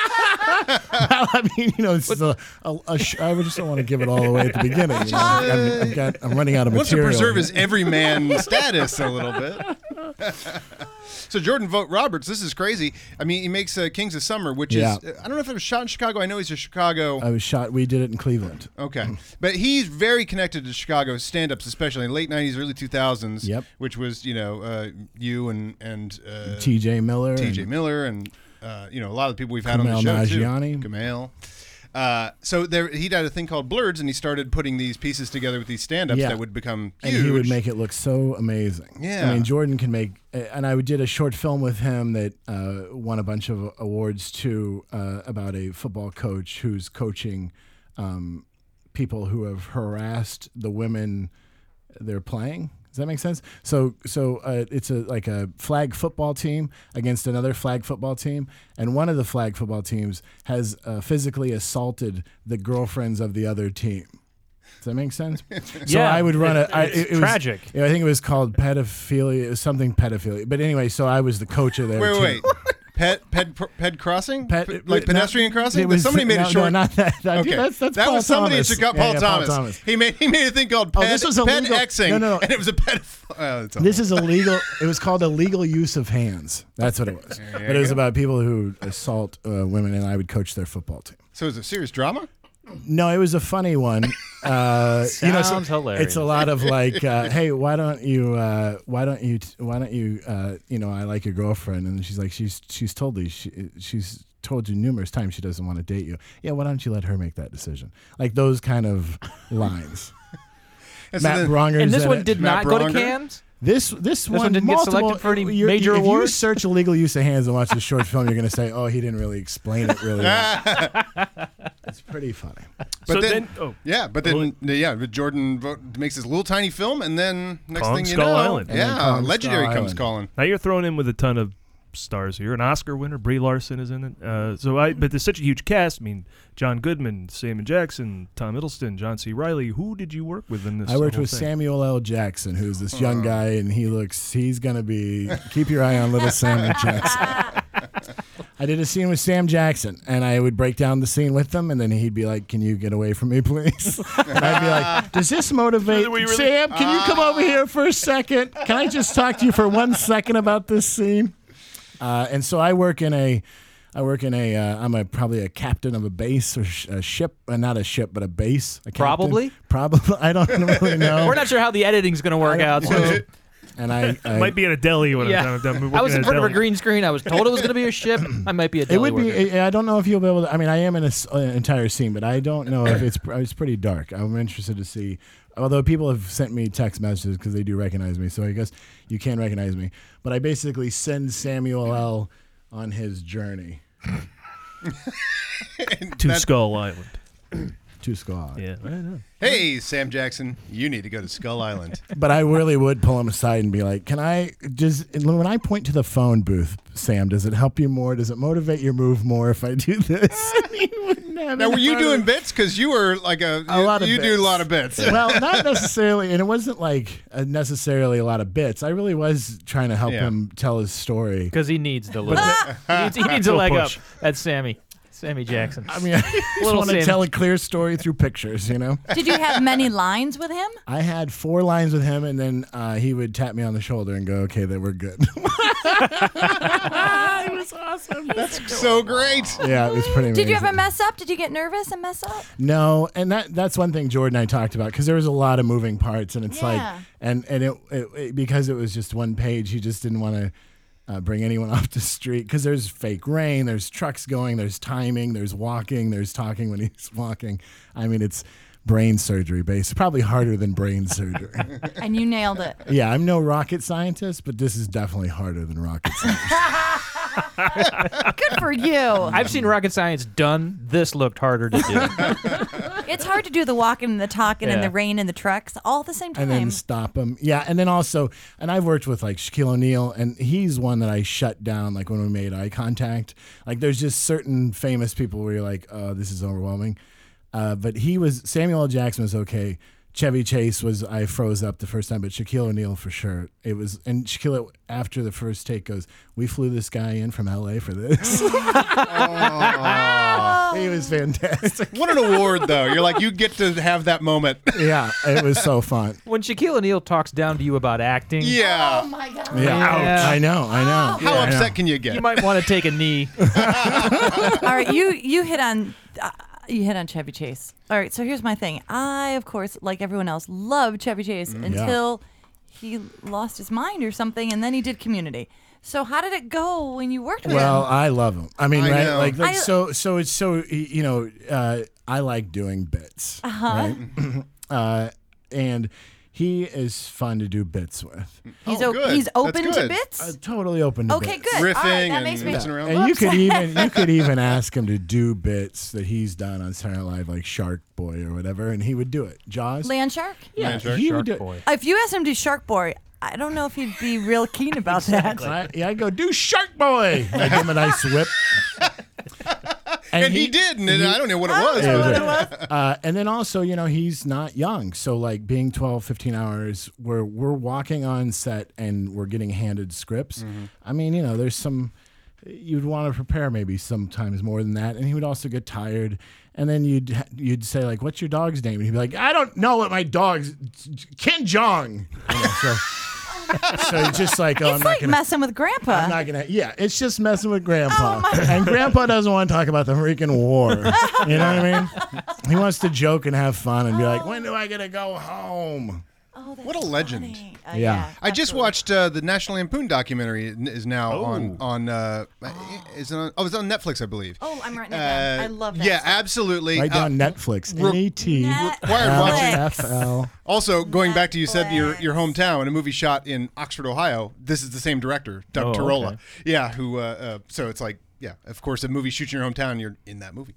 well, I mean, you know, this is a, a, a sh- I just don't want to give it all away at the beginning. You know? I'm, I've got, I'm running out of wants to material. preserve his everyman status a little bit. so Jordan Vogt Roberts, this is crazy. I mean, he makes uh, Kings of Summer, which Yeah. Uh, is I don't know if it was shot in Chicago. I know he's a Chicago. I was shot. We did it in Cleveland. Okay, but he's very connected to Chicago stand-ups, especially in late '90s, early 2000s. Yep. Which was you know uh, you and and uh, T.J. Miller T.J. and- Miller, and uh, you know a lot of the people we've had on the show Kumail too. Nanjiani. Kumail. Uh, so there, he did a thing called Blurreds, and he started putting these pieces together with these stand-ups Yeah. that would become huge. And he would make it look so amazing. Yeah. I mean, Jordan can make, and I did a short film with him that uh, won a bunch of awards too uh, about a football coach who's coaching um, people who have harassed the women they're playing. Does that make sense? So, so uh, it's a like a flag football team against another flag football team, and one of the flag football teams has uh, physically assaulted the girlfriends of the other team. Does that make sense? So Yeah, I would run a. it- I, it's was- tragic. yeah, I think it was called pedophilia. It was something pedophilia. But anyway, so I was the coach of there. Wait, too. wait, wait. Pet, ped, ped crossing, Pe- like no, pedestrian it crossing. was- somebody made no, a no, short. not that- that- okay. that's- that's that Paul was somebody in Thomas. Chicago. Yeah, Paul, yeah, Paul Thomas. Thomas. He made he made a thing called Oh, ped, this was ped illegal. Xing, No, no, no. and it was a ped. Oh, that's all. This is illegal. it was called illegal use of hands. That's what it was. There But you it was go. about people who assault uh, women, and I would coach their football team. so it's a serious drama. No, it was a funny one. Uh, you know, so Sounds hilarious. It's a lot of like, uh, hey, why don't you, uh, why don't you, why don't you, uh, you know, I like your girlfriend, and she's like, she's she's told you, she, she's told you numerous times she doesn't want to date you. Yeah, why don't you let her make that decision? Like those kind of lines. And so Matt then- Bronger, And this one did Matt not go to Bronger? Cannes. This this, one one, didn't get multiple, selected for any you're- major if you awards? search illegal use of hands and watch this short film, you're going to say, "Oh, he didn't really explain it really." well. it's pretty funny. Ah. But So then, then- oh. yeah, but then, yeah, but Jordan vo- makes his little tiny film, and then next Kong thing you Skull know, Island. And then yeah, Kong legendary Skull comes Island. calling. Now you're thrown in with a ton of stars here. An Oscar winner, Brie Larson is in it. Uh, so I, but there's such a huge cast. I mean, John Goodman, Sam Jackson, Tom Hiddleston, John C. Riley. Who did you work with in this? I worked whole with thing? Samuel L. Jackson, who's this young guy, and he looks, he's going to be, keep your eye on little Samuel Jackson. I did a scene with Sam Jackson, and I would break down the scene with him, and then he'd be like, Can you get away from me, please? and I'd be like, Does this motivate we really- Sam? Can you come over here for a second? Can I just talk to you for one second about this scene? Uh, and so I work in a, I work in a. Uh, I'm a probably a captain of a base or sh- a ship, uh, not a ship, but a base. A captain. Probably? Probably. I don't really know. We're not sure how the editing's going to work out. So. And I, I Might be in a deli when Yeah. I'm done. done working I was at in front of a deli. green screen. I was told it was going to be a ship. I might be a. Deli It would worker. be. I I don't know if you'll be able to. I mean, I am in an entire scene, but I don't know if it's. It's pretty dark. I'm interested to see. Although people have sent me text messages because they do recognize me, so I guess you can recognize me. But I basically send Samuel L. on his journey to Skull Island. to Scott. Yeah, I know. Hey, Sam Jackson, you need to go to Skull Island. But I really would pull him aside and be like, "Can I just when I point to the phone booth, Sam? Does it help you more? Does it motivate your move more if I do this?" now, were you doing bits? Because you were like a, a you, lot of you do bits. a lot of bits. well, not necessarily, and it wasn't like uh, necessarily a lot of bits. I really was trying to help Yeah. him tell his story. because he needs the But leg. the- he needs, he needs a leg up. That's Sammy, Sammy Jackson. I mean, I just Little want to Sammy. tell a clear story through pictures, you know. Did you have many lines with him? I had four lines with him, and then uh, he would tap me on the shoulder and go, "Okay, that we're good." it was awesome. That's so great. yeah, it was pretty. Amazing. Did you ever mess up? Did you get nervous and mess up? No, and that that's one thing Jordan and I talked about because there was a lot of moving parts, and it's Yeah. like, and and it, it, it- because it was just one page, he just didn't want to uh, bring anyone off the street because there's fake rain, there's trucks going, there's timing, there's walking, there's talking when he's walking. I mean, it's brain surgery based, probably harder than brain surgery. And you nailed it. yeah, I'm no rocket scientist, but this is definitely harder than rocket science. Good for you. I've seen rocket science done. This looked harder to do. It's hard to do the walking and the talking and Yeah. the rain and the trucks all at the same time. and then stop him. Yeah, and then also, and I've worked with like Shaquille O'Neal, and he's one that I shut down like when we made eye contact. Like there's just certain famous people where you're like, oh, this is overwhelming. Uh, but he was Samuel L. Jackson was okay. Chevy Chase was I froze up the first time, but Shaquille O'Neal for sure. It was and Shaquille after the first take goes, we flew this guy in from L.A. for this. He was fantastic. What an award, though. You're like, you get to have that moment. yeah, it was so fun. when Shaquille O'Neal talks down to you about acting, Yeah. oh my god, Yeah, I know, I How know. Yeah, I upset know. can you get? You might want to take a knee. all right, you you hit on uh, you hit on Chevy Chase. All right, so here's my thing. I of course, like everyone else, loved Chevy Chase Mm. Yeah. until he lost his mind or something, and then he did Community. So how did it go when you worked with Well, him? I love him. I mean, I right? know. Like, like I- so, so it's so y- you know, uh, I like doing bits, Uh-huh. right? uh, and he is fun to do bits with. He's o- Oh, good. he's That's open to good. bits. Uh, totally open. To Okay, bits. good. All right, Riffing that and makes me- messing Yeah. around. And you could Whoops. even you could even ask him to do bits that he's done on Saturday Night Live, like Shark Boy or whatever, and he would do it. Jaws. Land Shark? Yeah, Land Shark, he Shark would do- Boy. If you asked him to do Shark Boy, I don't know if he'd be real keen about I, yeah, I go do Shark Boy. And I give him a nice whip. And he did, and I don't know what it I don't was. know what it Uh, and then also, you know, he's not young. So, like, being 12, 15 hours, we're, we're walking on set and we're getting handed scripts. Mhm. I mean, you know, there's some, you'd want to prepare maybe sometimes more than that. And he would also get tired. And then you'd ha- you'd say, like, what's your dog's name? And he'd be like, I don't know what my dog's, Ken Jong. You know, so, so it's just like, oh, I'm It's not like gonna, messing with Grandpa. I'm not gonna. Yeah, it's just messing with grandpa, and grandpa doesn't want to talk about the freaking war. you know what I mean? He wants to joke and have fun and be like, when do I get to go home? what a legend. Yeah. yeah, I just watched uh, the National Lampoon documentary n- is now on on uh is it on, oh, it's on Netflix, I believe. Oh, I'm writing that down. I love that uh, Yeah, stuff. absolutely. Right Uh, down Netflix. re- N E T Required watching. FL. Also, going back to you said your your hometown and a movie shot in Oxford, Ohio. This is the same director, Doug Oh, Tarola. okay. Yeah, who? Uh, uh, so it's like, yeah, of course, a movie shoots in your hometown, you're in that movie.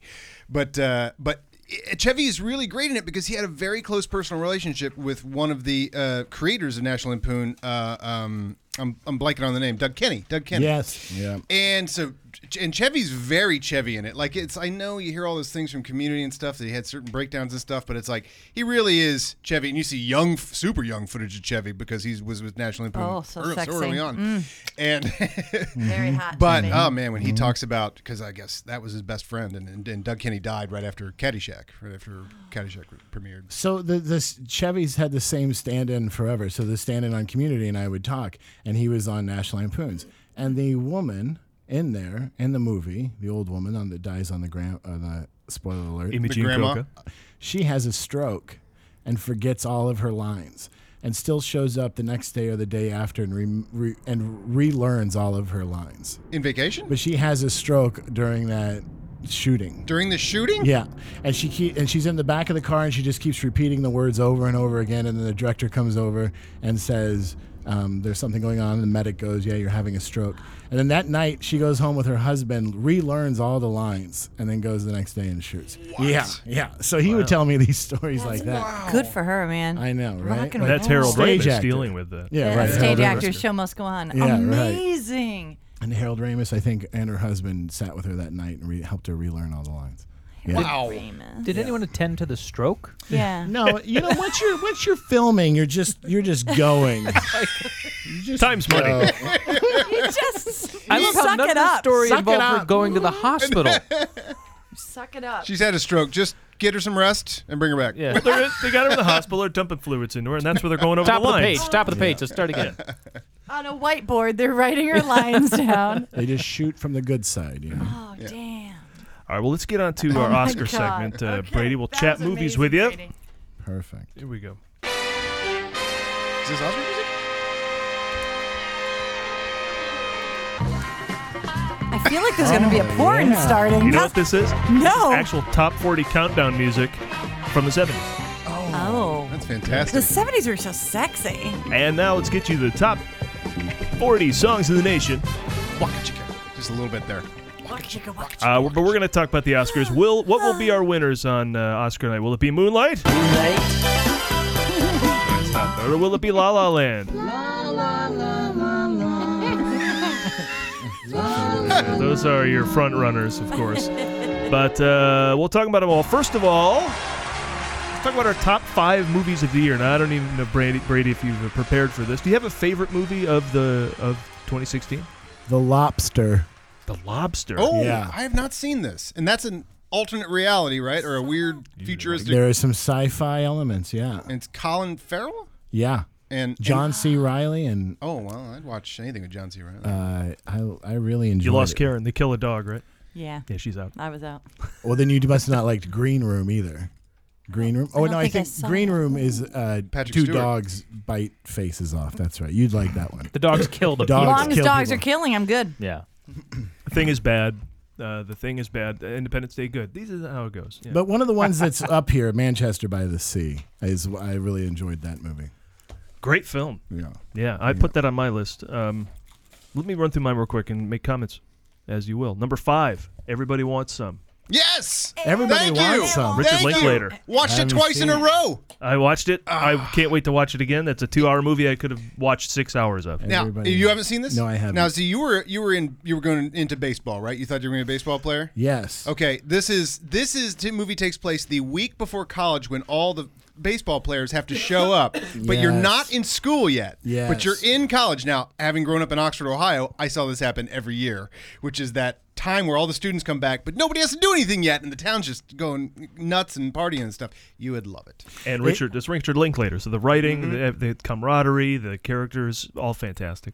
But uh, but i- Chevy is really great in it because he had a very close personal relationship with one of the uh, creators of National Lampoon. Uh, um, I'm, I'm blanking on the name. Doug Kenny. Doug Kenny. Yes. Yeah. And so, and Chevy's very Chevy in it. Like, it's, I know you hear all those things from community and stuff that he had certain breakdowns and stuff, but it's like, he really is Chevy. And you see young, super young footage of Chevy because he was with National Lampoon Oh, so early, sexy. early on. Mm. And, Very hot But, Chevy. oh man, when he Mm-hmm. Mhm. talks about, because I guess that was his best friend, and, and, and Doug Kenny died right after Caddyshack, right after Caddyshack premiered. So the this Chevy's had the same stand-in forever. So the stand-in on Community and I would talk, and he was on National Lampoon's, and the woman in there in the movie, the old woman on that dies on the grand uh, the spoiler alert. Imogene The grandma? Coca. She has a stroke and forgets all of her lines and still shows up the next day or the day after and re, re, and relearns all of her lines. In vacation? But she has a stroke during that shooting. During the shooting? Yeah, and she keep, and she's in the back of the car, and she just keeps repeating the words over and over again. And then the director comes over and says, um, "There's something going on." And the medic goes, "Yeah, you're having a stroke." And then that night, she goes home with her husband, relearns all the lines, and then goes the next day and shoots. Yeah, yeah. So he would tell me these stories like that. Good for her, man. I know, right? Rock and Like, oh, That's Harold stage Ramis actor. dealing with that. Yeah, Yeah, right. Stage Harold Ramis. actors show must go on. Yeah, right. Amazing. And Harold Ramis, I think, and her husband sat with her that night and re- helped her relearn all the lines. Yeah. Did anyone attend to the stroke? Yeah. No, you know once you're once you're filming, you're just you're just going. Time's money. go. you just I you love how suck none it of the up. story Suck it involved her up. going to the hospital. Suck it up. She's had a stroke. Just get her some rest and bring her back. Well, they're in- they got her in the hospital. They're dumping fluids into her, and that's where they're going over Top the of the lines. page, top of the page. Let's start again. On a whiteboard, they're writing her lines down. They just shoot from the good side, you know. Oh, damn. All right, well, let's get on to Oh our my Oscar God. segment. Uh, Okay, Brady, we'll that chat was movies amazing, with you. Brady. Perfect. Here we go. Is this Oscar music? I feel like there's going to be a porn starting. You know what this is? No. actual top 40 countdown music from the 70s. oh. That's fantastic. The 70s were so sexy. And now let's get you the top 40 songs of the nation. Waka chicka. Just a little bit there. Uh, but we're going to talk about the Oscars. Will What will be our winners on uh, Oscar night? Will it be Moonlight? Moonlight. or will it be La La Land? Those are your front runners, of course. but uh, we'll talk about them all. First of all, let's talk about our top five movies of the year. Now, I don't even know Brady, Brady if you've prepared for this. Do you have a favorite movie of the of 2016? The lobster. The Lobster. Oh, Yeah. I have not seen this, and that's an alternate reality, right, or a weird futuristic. There are some sci-fi elements, yeah. And it's Colin Farrell Yeah. and John and- C. Riley and Oh well, I'd watch anything with John C. Riley. uh, I I really enjoyed You lost it. Karen. They kill a dog, right? Yeah. Yeah, she's out. I was out. Well, then you must not liked Green Room either. Green Room. I Oh don't no, I think I think saw Green that. Room is uh, Patrick two Stewart. dogs bite faces off. That's right. You'd like that one. The dogs kill the Dogs as long as kill dogs people. are killing, I'm good. Yeah. The thing is bad. Uh, the thing is bad. Uh, Independence Day, good. These is how it goes. Yeah. But one of the ones that's up here, Manchester by the Sea, is I really enjoyed that movie. Great film. Yeah. Yeah, I put that on my list. Um, let me run through mine real quick and make comments, as you will. Number five, Everybody Wants Some. yes, Everybody Thank wants you. some. Richard Thank you. Linklater. Watched it Haven't twice in seen a it. row. I watched it. Ah. I can't wait to watch it again. That's a two-hour movie I could have watched six hours of. Now Everybody- you haven't seen this? No, I haven't. Now, see, you were you were in you were going into baseball, right? You thought you were going to be a baseball player. Yes. Okay, this is this is the movie takes place the week before college when all the baseball players have to show up, but you're Yes. not in school yet. But you're Yes. in college now. Having grown up in Oxford, Ohio, I saw this happen every year, which is that time where all the students come back, but nobody has to do anything yet, and the town's just going nuts and partying and stuff. You would love it. Mm-hmm. And Richard, it's Richard Linklater. So the writing, the, the camaraderie, the characters, all fantastic.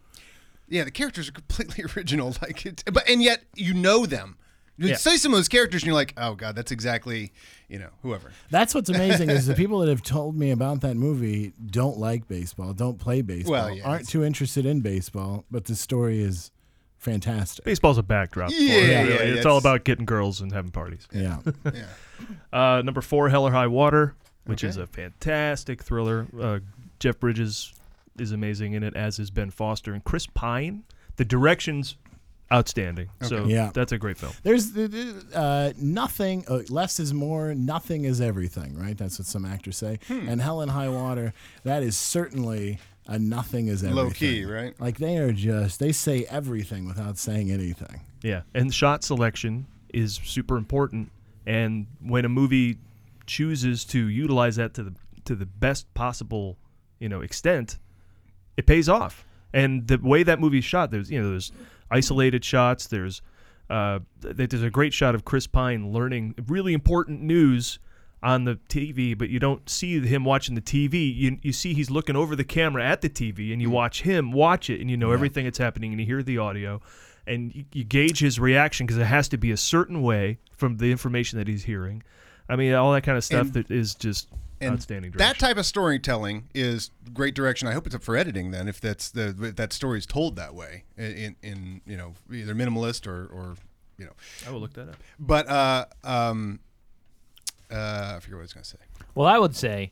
Yeah, the characters are completely original, like it, but and yet you know them. You Yeah. say some of those characters, and you're like, oh god, that's exactly, you know, whoever. That's what's amazing is the people that have told me about that movie don't like baseball, don't play baseball, Well, yeah, aren't it's- too interested in baseball, but the story is fantastic. Baseball's a backdrop. for it, Yeah, yeah, really. it's that's- all about getting girls and having parties. Yeah. Uh, number four, Hell or High Water, which Okay. is a fantastic thriller. Uh, Jeff Bridges is amazing in it, as is Ben Foster and Chris Pine. The direction's outstanding. So Okay. Yeah. that's a great film. There's the- the- uh, nothing. Uh, less is more. Nothing is everything. Right. That's what some actors say. And Hell and High Water. That is certainly a nothing is everything. Low key, right? Like they are just. They say everything without saying anything. Yeah, and shot selection is super important. And when a movie chooses to utilize that to the to the best possible, you know, extent, it pays off. And the way that movie's shot, there's you know, there's isolated shots. There's uh, th- there's a great shot of Chris Pine learning really important news on the TV, but you don't see him watching the TV. You, you see he's looking over the camera at the TV, Mm. and you watch him watch it, and you know everything that's happening, and you hear the audio, and you, you gauge his reaction because it has to be a certain way from the information that he's hearing. I mean, all that kind of stuff And- that is just and outstanding. That type of storytelling is great direction. I hope it's up for editing then, if that's the if that story is told that way in in you know either minimalist or or you know. I will look that up. But uh um uh I forget what I was gonna say. Well, I would say,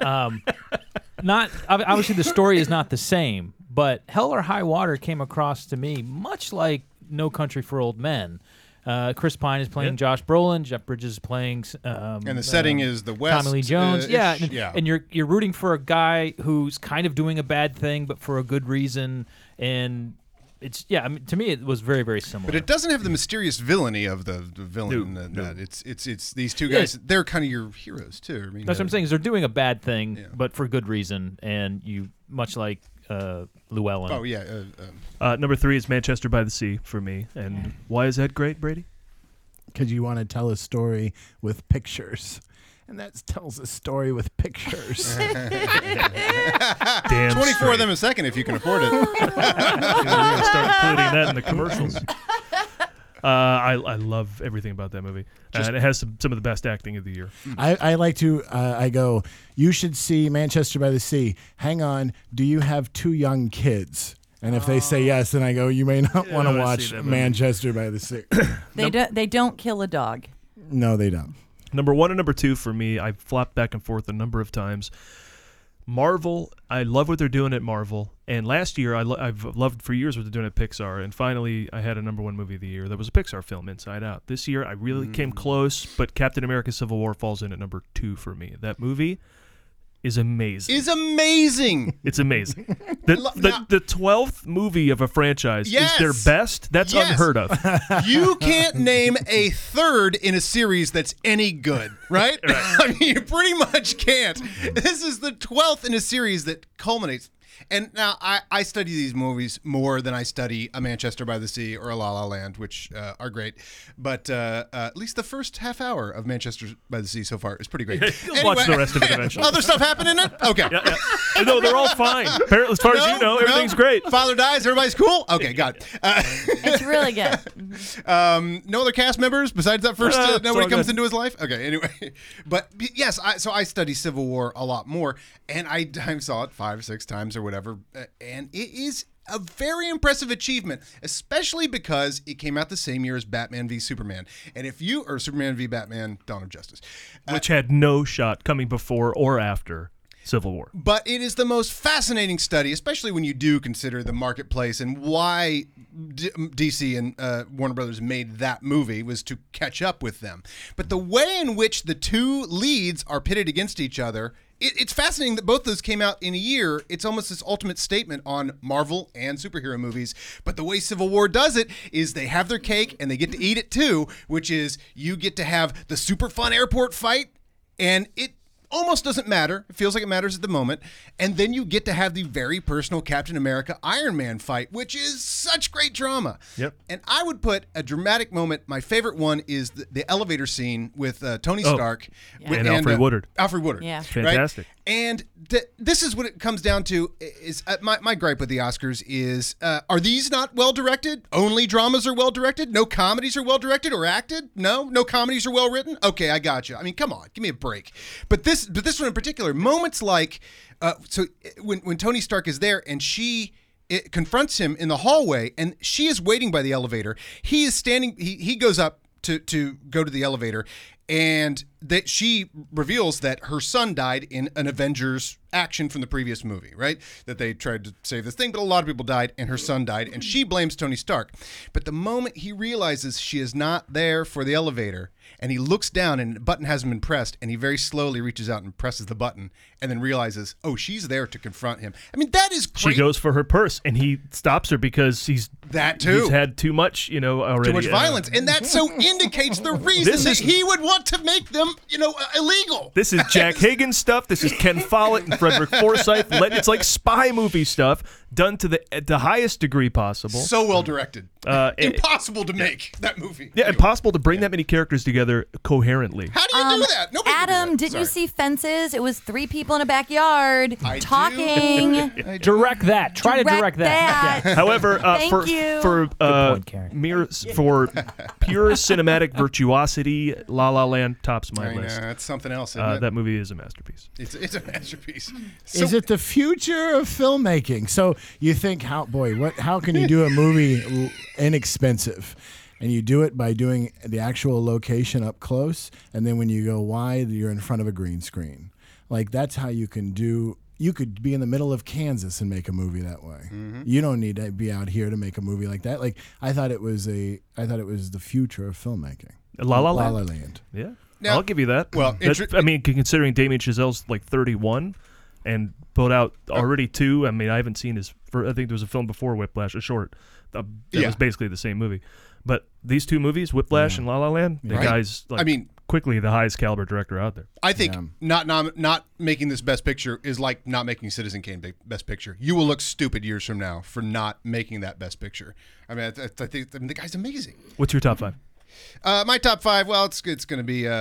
um, not ob- obviously the story is not the same, but Hell or High Water came across to me much like No Country for Old Men. Uh, Chris Pine is playing Yeah. Josh Brolin. Jeff Bridges is playing. Um, And the setting is the West, Tommy Lee Jones. uh, yeah, ish, and, yeah. and you're you're rooting for a guy who's kind of doing a bad thing, but for a good reason. And it's yeah. I mean, to me, it was very very similar. But it doesn't have the mysterious villainy of the, the villain. in that. It's it's it's these two Yeah. guys. They're kind of your heroes too. I mean, That's what I'm uh, saying. Is they're doing a bad thing, but for good reason, and you much like uh, Llewellyn. Oh yeah. Uh, uh, Uh, number three is Manchester by the Sea for me. And why is that great, Brady? Because you want to tell a story with pictures. And that tells a story with pictures. Damn Twenty four of them a second if you can afford it. We're gonna start including that in the commercials. Uh, I, I love everything about that movie, Just- and it has some, some of the best acting of the year. I, I like to, uh, I go, you should see Manchester by the Sea. Hang on, do you have two young kids? And if they say yes, then I go, you may not Yeah, want I Oh. to wanna watch see that movie. Manchester by the Sea. They don't. They don't kill a dog. no, they don't. Number one and number two for me, I flopped back and forth a number of times. Marvel, I love what they're doing at Marvel. And last year, I lo- I've loved for years what they're doing at Pixar. And finally, I had a number one movie of the year that was a Pixar film, Inside Out. This year, I really Mm. came close, but Captain America Civil War falls in at number two for me. That movie is amazing. is amazing. It's amazing. The, the, the 12th movie of a franchise Yes. is their best. That's Yes. unheard of. You can't name a third in a series that's any good, right? I mean, you pretty much can't. This is the 12th in a series that culminates. And now I, I study these movies more than I study A Manchester by the Sea or A La La Land, which uh, are great. But uh, uh, at least the first half hour of Manchester by the Sea so far is pretty great. You'll watch the rest of it eventually. Other stuff happened in it? Okay. No, they're all fine. Apparently, as far as you know, everything's great. Father dies, everybody's cool. Okay, got it. Uh, It's really good. um, no other cast members besides that first. Uh, Uh, it's nobody all comes good. into his life. Okay, anyway, but b- yes, I, so I study Civil War a lot more, and I, I saw it five or six times or whatever, uh, and it is a very impressive achievement, especially because it came out the same year as Batman v Superman, and if you or Superman v Batman: Dawn of Justice, which had no shot coming before or after Civil War. But it is the most fascinating study, especially when you do consider the marketplace and why D- DC and uh, Warner Brothers made that movie was to catch up with them. But the way in which the two leads are pitted against each other. it- It's fascinating that both those came out in a year. It's almost this ultimate statement on Marvel and superhero movies. But the way Civil War does it is they have their cake and they get to eat it too, which is you get to have the super fun airport fight and it almost doesn't matter. It feels like it matters at the moment. And then you get to have the very personal Captain America Iron Man fight, which is such great drama. Yep. And I would put a dramatic moment. My favorite one is the, the elevator scene with uh, Tony Oh. Stark uh, Yeah. And Alfred Woodard. Alfred Woodard. Yeah. right? Fantastic. And th- this is what it comes down to. Is uh, my, my gripe with the Oscars is uh, are these not well directed? Only dramas are well directed. No comedies are well directed or acted. No, no comedies are well written. Okay, I got you. I mean, come on, give me a break. But this, but this one in particular, moments like uh, so uh, when when Tony Stark is there and she it confronts him in the hallway and she is waiting by the elevator he is standing he, he goes up to to go to the elevator and that she reveals that her son died in an avengers action from the previous movie right that they tried to save this thing but a lot of people died and her son died and she blames tony stark but the moment he realizes she is not there for the elevator and he looks down and the button hasn't been pressed and he very slowly reaches out and presses the button and then realizes oh she's there to confront him i mean that is She great goes for her purse, and he stops her because he's That too. He's had too much, you know, already. too much uh, violence, and that so indicates the reason This that is- he would want to make them, you know, uh, illegal. This is Jack Higgins stuff. This is Ken Follett and Frederick Forsyth. Let- It's like spy movie stuff. done to the at the highest degree possible. So well directed. Uh, it- Impossible to make that movie. yeah, impossible to bring that many characters together coherently. How do you do that? Nobody Adam, didn't you see Fences? It was three people in a backyard talking. direct that. Try to Direct direct that. Yeah. However, uh, Thank for you. for uh, mere for pure cinematic virtuosity, La La Land tops my I know, list. it's something else, isn't Uh, it? That movie is a masterpiece. It's, it's a masterpiece. is it the future of filmmaking? So you think, how boy, what? How can you do a movie l- inexpensive? And you do it by doing the actual location up close, and then when you go wide, you're in front of a green screen. Like that's how you can do. You could be in the middle of Kansas and make a movie that way. You don't need to be out here to make a movie like that. Like I thought it was a. I thought it was the future of filmmaking. La La Land. La La Land. Yeah, Now- I'll give you that. Well, That's- intre- I mean, c- considering Damien Chazelle's like 31 and put out Uh, already two. I mean, I haven't seen his. fir- I think there was a film before Whiplash, a short. Uh, that Yeah. was basically the same movie. But these two movies, Whiplash and La La Land, the Right. guys. Like, I mean- quickly the highest caliber director out there. I think not nom- not making this best picture is like not making Citizen Kane be- best picture. You will look stupid years from now for not making that best picture. I mean, I, th- I think I mean, the guy's amazing. What's your top five? Uh, my top five. Well, it's it's going to be uh,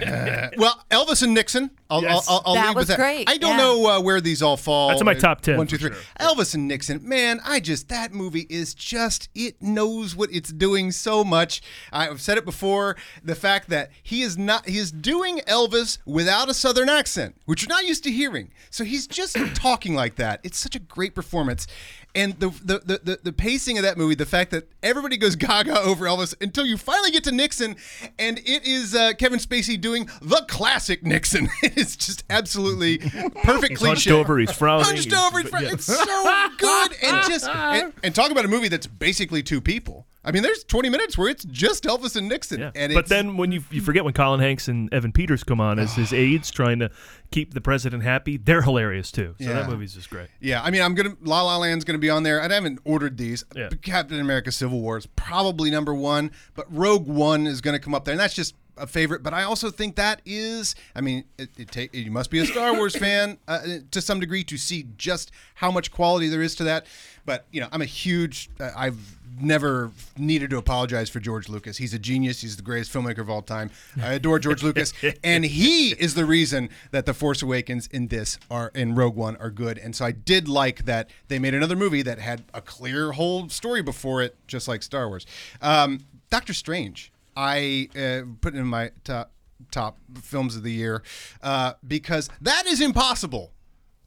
uh, well Elvis and Nixon. I'll, Yes. I'll, I'll, I'll That leave was with that. great, I don't yeah. know uh, where these all fall. That's in my Uh, top 10 One, two, for three. Elvis and Nixon. Man, I just that movie is just it knows what it's doing so much. I've said it before. The fact that he is not he is doing Elvis without a southern accent, which you're not used to hearing. So he's just talking like that. It's such a great performance. And the, the, the, the, the pacing of that movie, the fact that everybody goes gaga over Elvis until you finally get to Nixon, and it is uh, Kevin Spacey doing the classic Nixon. it's just absolutely perfect He's hunched cliche. over, he's frowning, Hunched he's- over, he's frowning. yeah. It's so good. And just and, and talk about a movie that's basically two people. I mean, there's 20 minutes where it's just Elvis and Nixon. And but it's- then when you you forget when Colin Hanks and Evan Peters come on as his aides trying to keep the president happy, they're hilarious too. So Yeah. that movie's just great. Yeah, I mean, I'm gonna La La Land's gonna be on there. I haven't ordered these. Captain America: Civil War is probably number one, but Rogue One is gonna come up there, and that's just a favorite. But I also think that is, I mean, it, it ta- you must be a Star Wars fan uh, to some degree to see just how much quality there is to that. But you know, I'm a huge. Uh, I've never needed to apologize for George Lucas. He's a genius. He's the greatest filmmaker of all time. I adore George Lucas, and he is the reason that The Force Awakens in this are in Rogue One are good. And so I did like that they made another movie that had a clear whole story before it, just like Star Wars. Um, Doctor Strange, I uh, put in my top top films of the year uh, because that is impossible.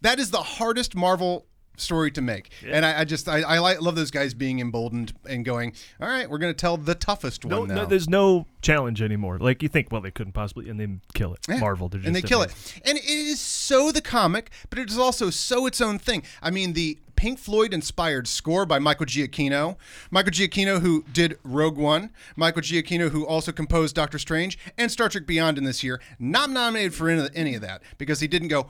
That is the hardest Marvel story to make, and I, I just I, I like, love those guys being emboldened and going, all right, we're going to tell the toughest No, one now. no, there's no challenge anymore. Like you think, well, they couldn't possibly, and they kill it. Marvel, they're just and they kill amazing. it. And it is so the comic, but it is also so its own thing. I mean, the Pink Floyd inspired score by Michael Giacchino, Michael Giacchino who did Rogue One, Michael Giacchino who also composed Doctor Strange and Star Trek Beyond in this year, not nominated for any, any of that because he didn't go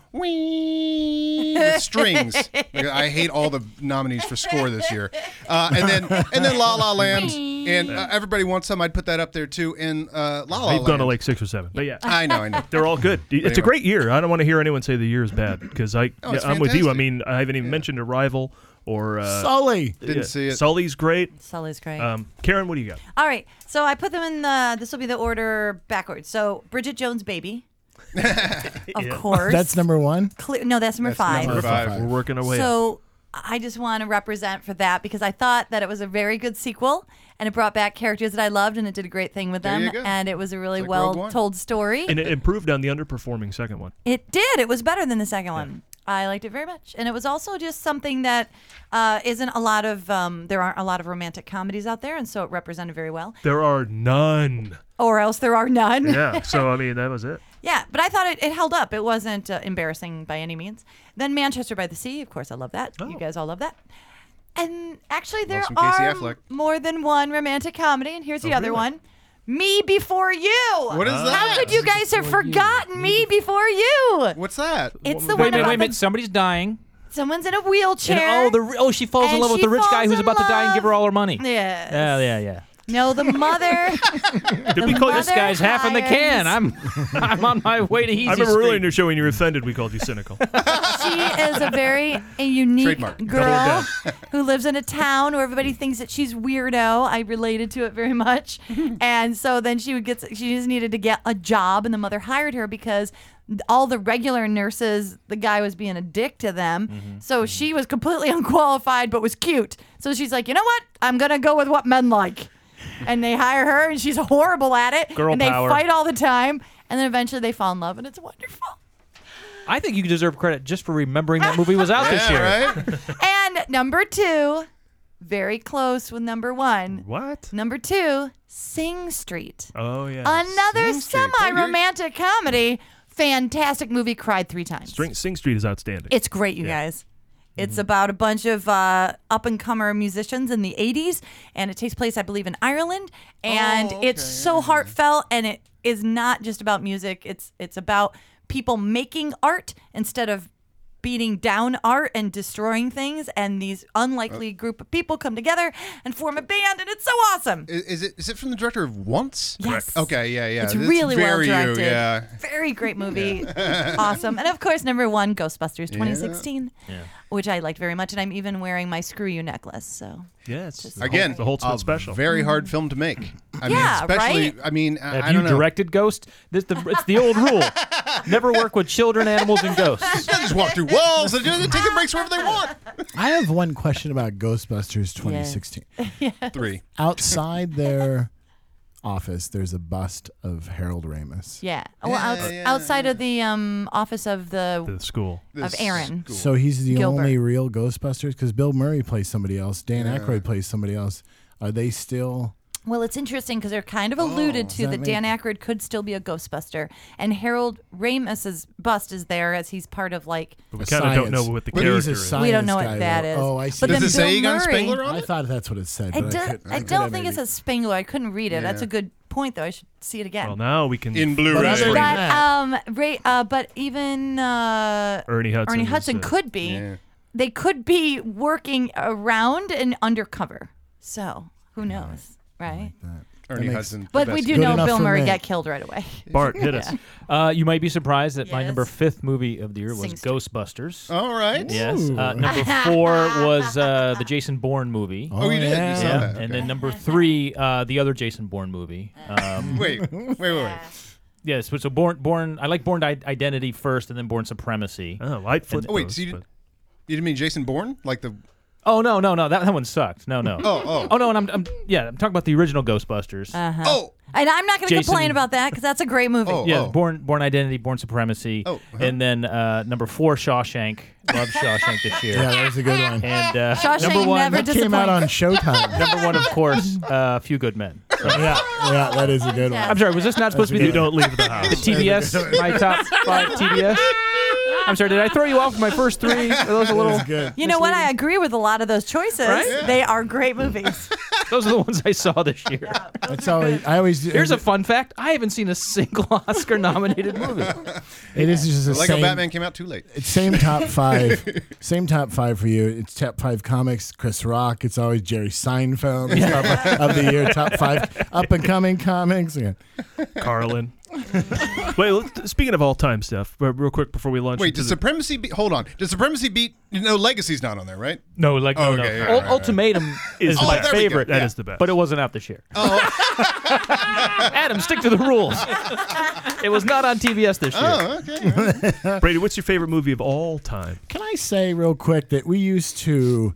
wee with strings. Like, I hate all the nominees for score this year. Uh, and then and then La La Land and uh, everybody wants some. I'd put that up there too. And uh, La La They've Land. gone to like six or seven, but yeah, I know, I know. they're all good. It's a anyway. great year. I don't want to hear anyone say the year is bad because I, Oh, yeah, it's I'm with you. I fantastic. mean, I haven't even mentioned Arrival or uh, Sully. yeah, Didn't see it. Sully's great. Sully's great. Um, Karen, what do you got? All right, so I put them in the. This will be the order backwards. So Bridget Jones' Baby, of course. That's number one. Cle- no, that's number That's five. number Number five. five. We're working our way. up. So I just want to represent for that because I thought that it was a very good sequel and it brought back characters that I loved and it did a great thing with There them you go. and it was a really It's like Rogue well One. told story. and it improved on the underperforming second one. It did. It was better than the second one. I liked it very much, and it was also just something that uh, isn't a lot of. Um, there aren't a lot of romantic comedies out there, and so it represented very well. There are none. Or else there are none. yeah. So I mean, that was it. Yeah, but I thought it, it held up. It wasn't uh, embarrassing by any means. Then Manchester by the Sea, of course, I love that. You guys all love that. And actually, there some Oh. Casey are Affleck. more than one romantic comedy. And here's the Oh, other really? one Me Before You. What is that? How could you guys have forgotten Me Before You? What's that? It's the wait, one a minute, wait a about minute. Somebody's dying. the- someone's in a And, wheelchair. oh, the ri- oh, she falls in And love with she the rich guy falls who's in about to die and give her all her money. Oh, Yes. Yeah, yeah, yeah. No, the mother. Did we call this guy's half in the can? I'm I'm on my way to Easy I remember earlier Street. in your show when you were offended, we called you cynical. She is a very a unique Trademark. Double girl down. who lives in a town where everybody thinks that she's weirdo. I related to it very much, and so then she would get she just needed to get a job, and the mother hired her because all the regular nurses the guy was being a dick to them Mm-hmm. so she was completely unqualified but was cute so she's like you know what i'm gonna go with what men like and they hire her and she's horrible at it Girl and they power. fight all the time and then eventually they fall in love and it's wonderful I think you deserve credit just for remembering that movie was out this year. And number two, very close with number one. What? Number two, Sing Street. Oh yeah. Another Sing Street. semi romantic comedy. Fantastic movie, cried three times. String, Sing Street is outstanding. It's great, you guys. It's Mm-hmm. about a bunch of uh, up and comer musicians in the 80s, and it takes place, I believe, in Ireland. And Oh, it's so heartfelt, and it is not just about music. It's it's about people making art instead of beating down art and destroying things. And these Uh. unlikely group of people come together and form a band, and it's so awesome. Is, is it is it from the director of Once? Yes. Okay. Yeah. Yeah. It's That's really well very you, directed. yeah. Very great movie. Yeah. awesome. And of course, number one, Ghostbusters Yeah. 2016, Yeah. which I liked very much. And I'm even wearing my Screw You necklace. So Yeah, it's Just- the Again, whole, the whole a special. Very hard film to make. I Mm-hmm. Yeah, mean, especially. right? I mean, I, Have I you don't know. directed Ghost? This the, it's the old rule: never work with children, animals, and ghosts. They just walk through walls. They do- they take the breaks wherever they want. I have one question about Ghostbusters 2016. Three. Outside their office, there's a bust of Harold Ramis. yeah. Well, outs- outside of the um, office of the, the school of Aaron. So he's the Gilbert. only real Ghostbusters because Bill Murray plays somebody else. Dan Yeah. Aykroyd plays somebody else. Are they still? Well, it's interesting because they're kind of alluded to Does Oh, that that Dan Aykroyd could still be a Ghostbuster, and Harold Ramis's bust is there as he's part of like. But we kind of don't know what the But he's character a is. We don't know what science that guy, though. is. Oh, I see. But Does then it say Bill Egon Murray- Spengler on I it? thought that's what it said. I, but do, I, I, could, could don't have think maybe- it's a Spengler. I couldn't read it. That's a good point, though. I should see it again. Well, now we can in Blu-ray. But um, Ray, uh, but even uh, Ernie Hudson Ernie was, Hudson uh, could be. yeah. They could be working around and undercover. So who knows, right? Ernie makes- Hudson. But The we best do good know enough Bill for Murray me. got killed right away. Bart, hit us. Uh, you might be surprised that my number fifth movie of the year was Sing Ghostbusters. All right. Yes. Ooh. Uh, number four was uh, the Jason Bourne movie. Oh, you did? You Yeah. saw that. And then number three, uh, the other Jason Bourne movie. Um, Wait. Wait. Wait. Wait. Yes. So Born, Born. I like Born Identity first, and then Born Supremacy. Oh, I oh, wait. So you, did, you didn't mean Jason Bourne? Like the Oh no no no that, that one sucked no no Oh, Uh. oh. oh no and I'm, I'm yeah I'm talking about the original Ghostbusters Uh-huh. Oh, and I'm not going to Jason- complain about that because that's a great movie. yeah Born Born Identity Born Supremacy oh, and then uh, number four Shawshank love Shawshank this year Yeah, that was a good one. and uh, Shawshank number one never That came out on Showtime. number one of course uh, Few Good Men So- yeah, yeah, that is a good one. I'm sorry was this not supposed to be the, You don't leave the house. the TBS my top five TBS I'm sorry did I throw you off with my first three are those a little good You know what? I agree with a lot of those choices. Right? Yeah. They are great movies. Those are the ones I saw this year. That's always. I always. Here's a fun fact: I haven't seen a single Oscar-nominated movie. It is just the like same. how Batman came out too late. It's same top five, same top five for you. It's top five comics. Chris Rock. It's always Jerry Seinfeld it's top of the year. Top five up and coming comics. Yeah. Carlin. Wait, let speaking of all time stuff, re- real quick before we launch. Wait, into does the- Supremacy beat? Hold on, does Supremacy beat? No, Legacy's not on there, right? No, like Oh, no, no. okay, yeah, Ul- right, right. Ultimatum is Oh, my there we go. favorite. That That is is the best. But it wasn't out this year. Oh. Adam, stick to the rules. It was not on TBS this year. Oh. Brady, what's your favorite movie of all time? Can I say real quick that we used to.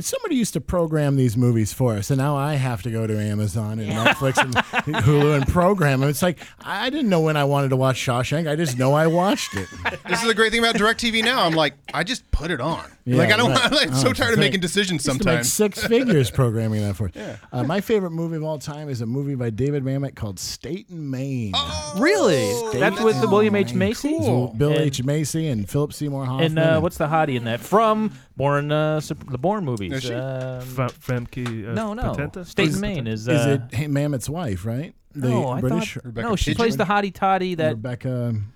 Somebody used to program these movies for us, and now I have to go to Amazon and Netflix and Hulu and program them. It's like I didn't know when I wanted to watch Shawshank. I just know I watched it. This is the great thing about DirecTV now. I'm like, I just put it on. Yeah, like I don't. right. I'm like, Oh, so tired of great. making decisions Used to make sometimes. six figures programming that for us. Uh, my favorite movie of all time is a movie by David Mamet called State and Maine. Oh, Really? That's with the William H. Macy? It's with Bill And- H. Macy and Philip Seymour And Hoffman. uh, what's the hottie in that? From Born, uh, Sup- the Born movies. Is she? Um, Fa- Famke, uh, no, no. Potenta? State of Maine is. Uh, is it hey, Mamet's wife, right? The no, I British. thought. no, she plays the hottie toddy that. Rebecca. um,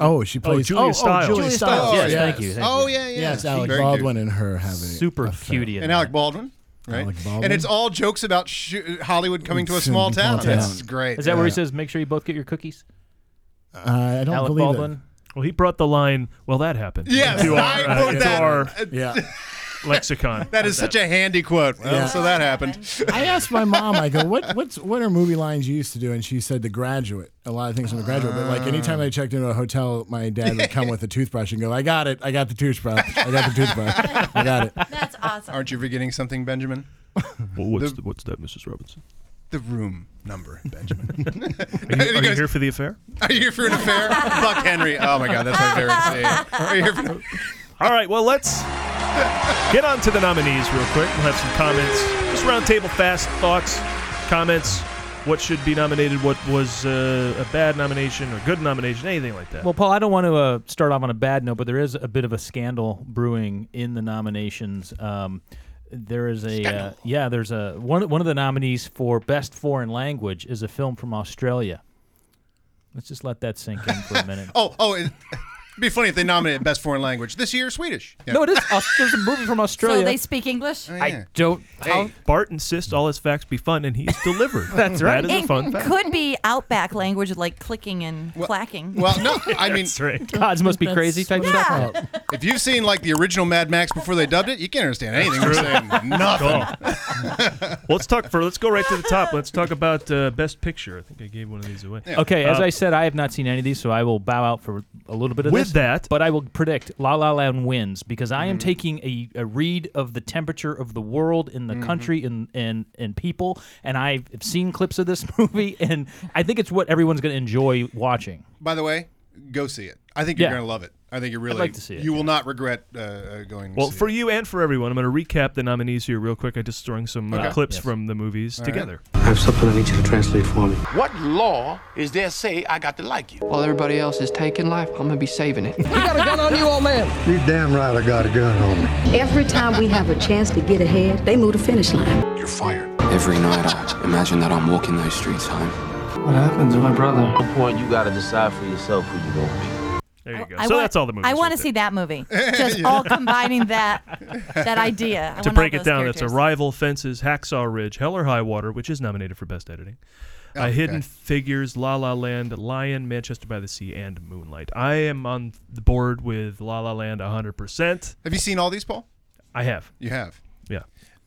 Oh, she plays Julia oh, Stiles. Oh, Julia Julia Stiles. Stiles. Yes, yes. thank you, thank Oh, you. yeah, yeah. Yes, She's Alec very Baldwin cute. and her have a Super a cutie in and Alec Baldwin. right? Alec Baldwin. and it's all jokes about sh- Hollywood coming to a small town. That's great. Is that where he Yeah. says, "Make sure you both get your cookies"? Uh, I don't Alec believe Baldwin. it. Well, he brought the line. Well, that happened. Yes, to our, I uh, quote to that. our Yeah. lexicon. That is such a handy quote. Well, Yeah. So that happened. I asked my mom, I go, what what's what are movie lines you used to do? And she said The Graduate. A lot of things from The Graduate. But like anytime I checked into a hotel, my dad would come with a toothbrush and go, I got it, I got the toothbrush, I got the toothbrush, I got it. That's awesome. Aren't you forgetting something, Benjamin? Well, what's, th- what's that, Mrs. Robinson? The room number, Benjamin. Are you, are you here for the affair? Are you here for an affair? Buck Henry. Oh my God, that's my favorite scene. Are you here for? All right, well, let's get on to the nominees real quick. We'll have some comments. Just roundtable fast thoughts, comments, what should be nominated, what was uh, a bad nomination or good nomination, anything like that. Well, Paul, I don't want to uh, start off on a bad note, but there is a bit of a scandal brewing in the nominations. Um, there is a uh, Scandal. yeah, there's a one one of the nominees for best foreign language is a film from Australia. Let's just let that sink in for a minute. Oh, oh. It, would be funny if they nominated best foreign language this year. Swedish. Yeah. No, it is. Aus- There's a movie from Australia. So they speak English? I don't. How, Bart insists all his facts be fun, and he's delivered. That's right. That is a fun It fact. could be outback language like clicking and clacking. Well, no, I mean, That's right. Gods must be That's crazy type Yeah. stuff. if you've seen like the original Mad Max before they dubbed it, you can't understand anything we're saying. Nothing. Cool. Well, let's talk for. Let's go right to the top. Let's talk about uh, best picture. I think I gave one of these away. Okay, as Uh, I said, I have not seen any of these, so I will bow out for a little bit of With this. that- but I will predict La La Land wins because Mm-hmm. I am taking a, a read of the temperature of the world in Mm-hmm. the country and, and and people, and I've seen clips of this movie, and I think it's what everyone's going to enjoy watching. By the way, go see it. I think you're Yeah. gonna love it. I think you really. like to see it, You will not regret uh, uh, going. Well, see for it. you and for everyone, I'm going to recap the nominees here real quick. I just throwing some uh, Okay. clips Yes. from the movies All right. together. I have something I need you to translate for me. What law is there say I got to like you? While everybody else is taking life, I'm gonna be saving it. You got a gun on you, old man. You damn right I got a gun on me. Every time we have a chance to get ahead, they move the finish line. You're fired. Every night I imagine that I'm walking those streets home. What happened to my brother? point, you gotta decide for yourself who you're gonna be. There you go. I so want- that's all the movies. I want right to see that movie. Just all combining that that idea. I want to all break it those down, characters. it's Arrival, Fences, Hacksaw Ridge, Hell or High Water, which is nominated for Best Editing, uh, Okay. Hidden Figures, La La Land, Lion, Manchester by the Sea, and Moonlight. I am on the board with La La Land 100%. have you seen all these, Paul? I have. You have. Yeah.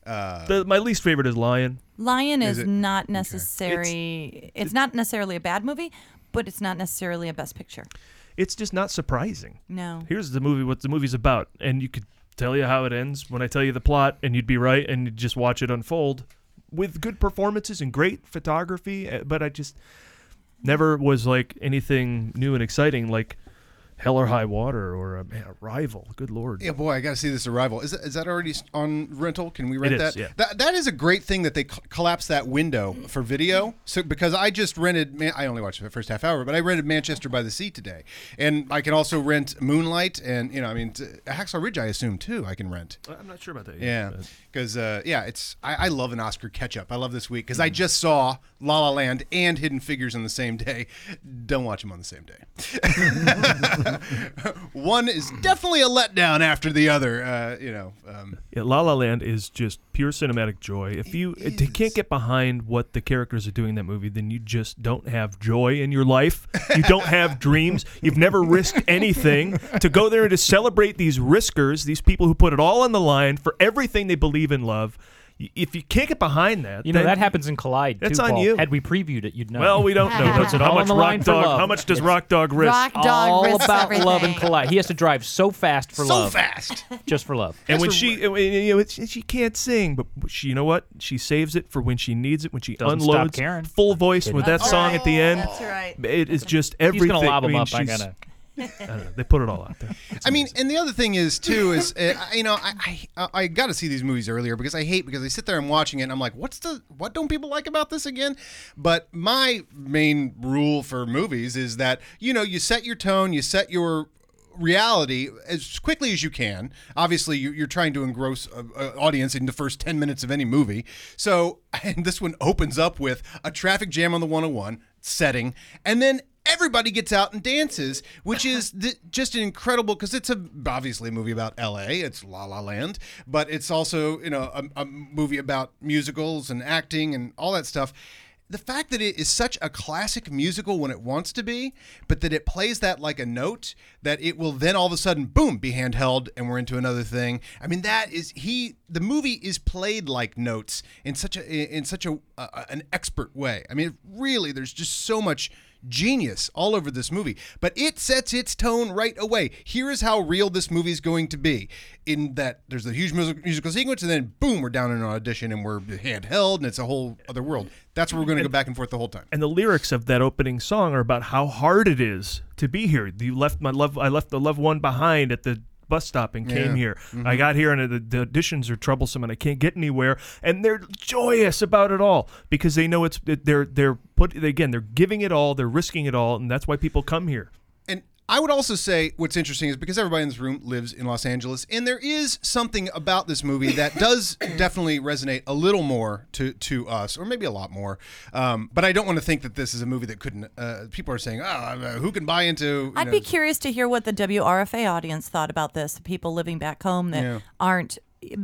Uh, The, my least favorite is Lion. Lion is, Is it- not necessary. It's, not necessarily a bad movie, but it's not necessarily a best picture. It's just not surprising. No. Here's the movie, what the movie's about, and you could tell you how it ends when I tell you the plot, and you'd be right, and you'd just watch it unfold with good performances and great photography, uh, but I just never was like anything new and exciting like Hell or High Water or uh, man, Arrival. Good lord. Yeah, boy, I got to see this arrival. Is that, is that already s- on rental? Can we rent is, that? yeah. that? That is a great thing that they cl- collapse that window for video. So because I just rented, man, I only watched the first half hour, but I rented Manchester by the Sea today, and I can also rent Moonlight, and you know, I mean, t- Hacksaw Ridge, I assume too, I can rent. I'm not sure about that. Yeah, because uh, yeah, it's I, I love an Oscar catch up. I love this week because I just saw La La Land and Hidden Figures on the same day. Don't watch them on the same day. One is definitely a letdown after the other. Uh, you know, um, Yeah, La La Land is just pure cinematic joy. If you if you can't get behind what the characters are doing in that movie, then you just don't have joy in your life. You don't have dreams. You've never risked anything. To go there and to celebrate these riskers, these people who put it all on the line for everything they believe and love, y- if you can't get behind that, You know then- that happens in Collide. That's too, on Paul. you. Had we previewed it, you'd know. Well, we don't know. He puts it how all much on the Rock line for Dog? love. How much does It's Rock Dog risk? Rock Dog all risks about love and everything. Collide. He has to drive so fast for so love, fast. just for love. And when That's she, and, you know, it's- she can't sing, but she, you know what? She saves it for when she needs it. When she Doesn't stop unloads, caring. full voice with that That's song right. at the end. That's right. It is just He's everything. gonna lob I him mean, up. I she's- gotta. I don't know. They put it all out there. I mean, and the other thing is too is uh, I- you know I I, I got to see these movies earlier because I hate because I sit there and watching it and I'm like, what's the what don't people like about this again? But my main rule for movies is that you know you set your tone, you set your reality as quickly as you can. Obviously, you- you're trying to engross an audience in the first 10 minutes of any movie. So, and this one opens up with a traffic jam on the 101 setting, and then everybody gets out and dances, which is th- just an incredible because it's a, obviously a movie about L.A. It's La La Land, but it's also you know a, a movie about musicals and acting and all that stuff. The fact that it is such a classic musical when it wants to be, but that it plays that like a note that it will then all of a sudden boom be handheld and we're into another thing. I mean that is he the movie is played like notes in such a in such a uh, an expert way. I mean really there's just so much genius all over this movie. But it sets its tone right away. Here is how real this movie is going to be. In that there's a huge music, musical sequence, and then boom, we're down in an audition, and we're handheld, and it's a whole other world. That's where we're going to go back and forth the whole time. And the lyrics of that opening song are about how hard it is to be here. You left my love, I left the loved one behind at the bus stop and came Yeah. here. Mhm. I got here and the, the auditions are troublesome and I can't get anywhere. And they're joyous about it all because they know it's they're they're put again they're giving it all, they're risking it all, and that's why people come here. And I would also say what's interesting is because everybody in this room lives in Los Angeles, and there is something about this movie that does definitely resonate a little more to to us, or maybe a lot more. Um, but I don't want to think that this is a movie that couldn't. Uh, people are saying, "Oh, uh, who can buy into?" you I'd know, be curious to hear what the WRFA audience thought about this. The people living back home that Yeah. aren't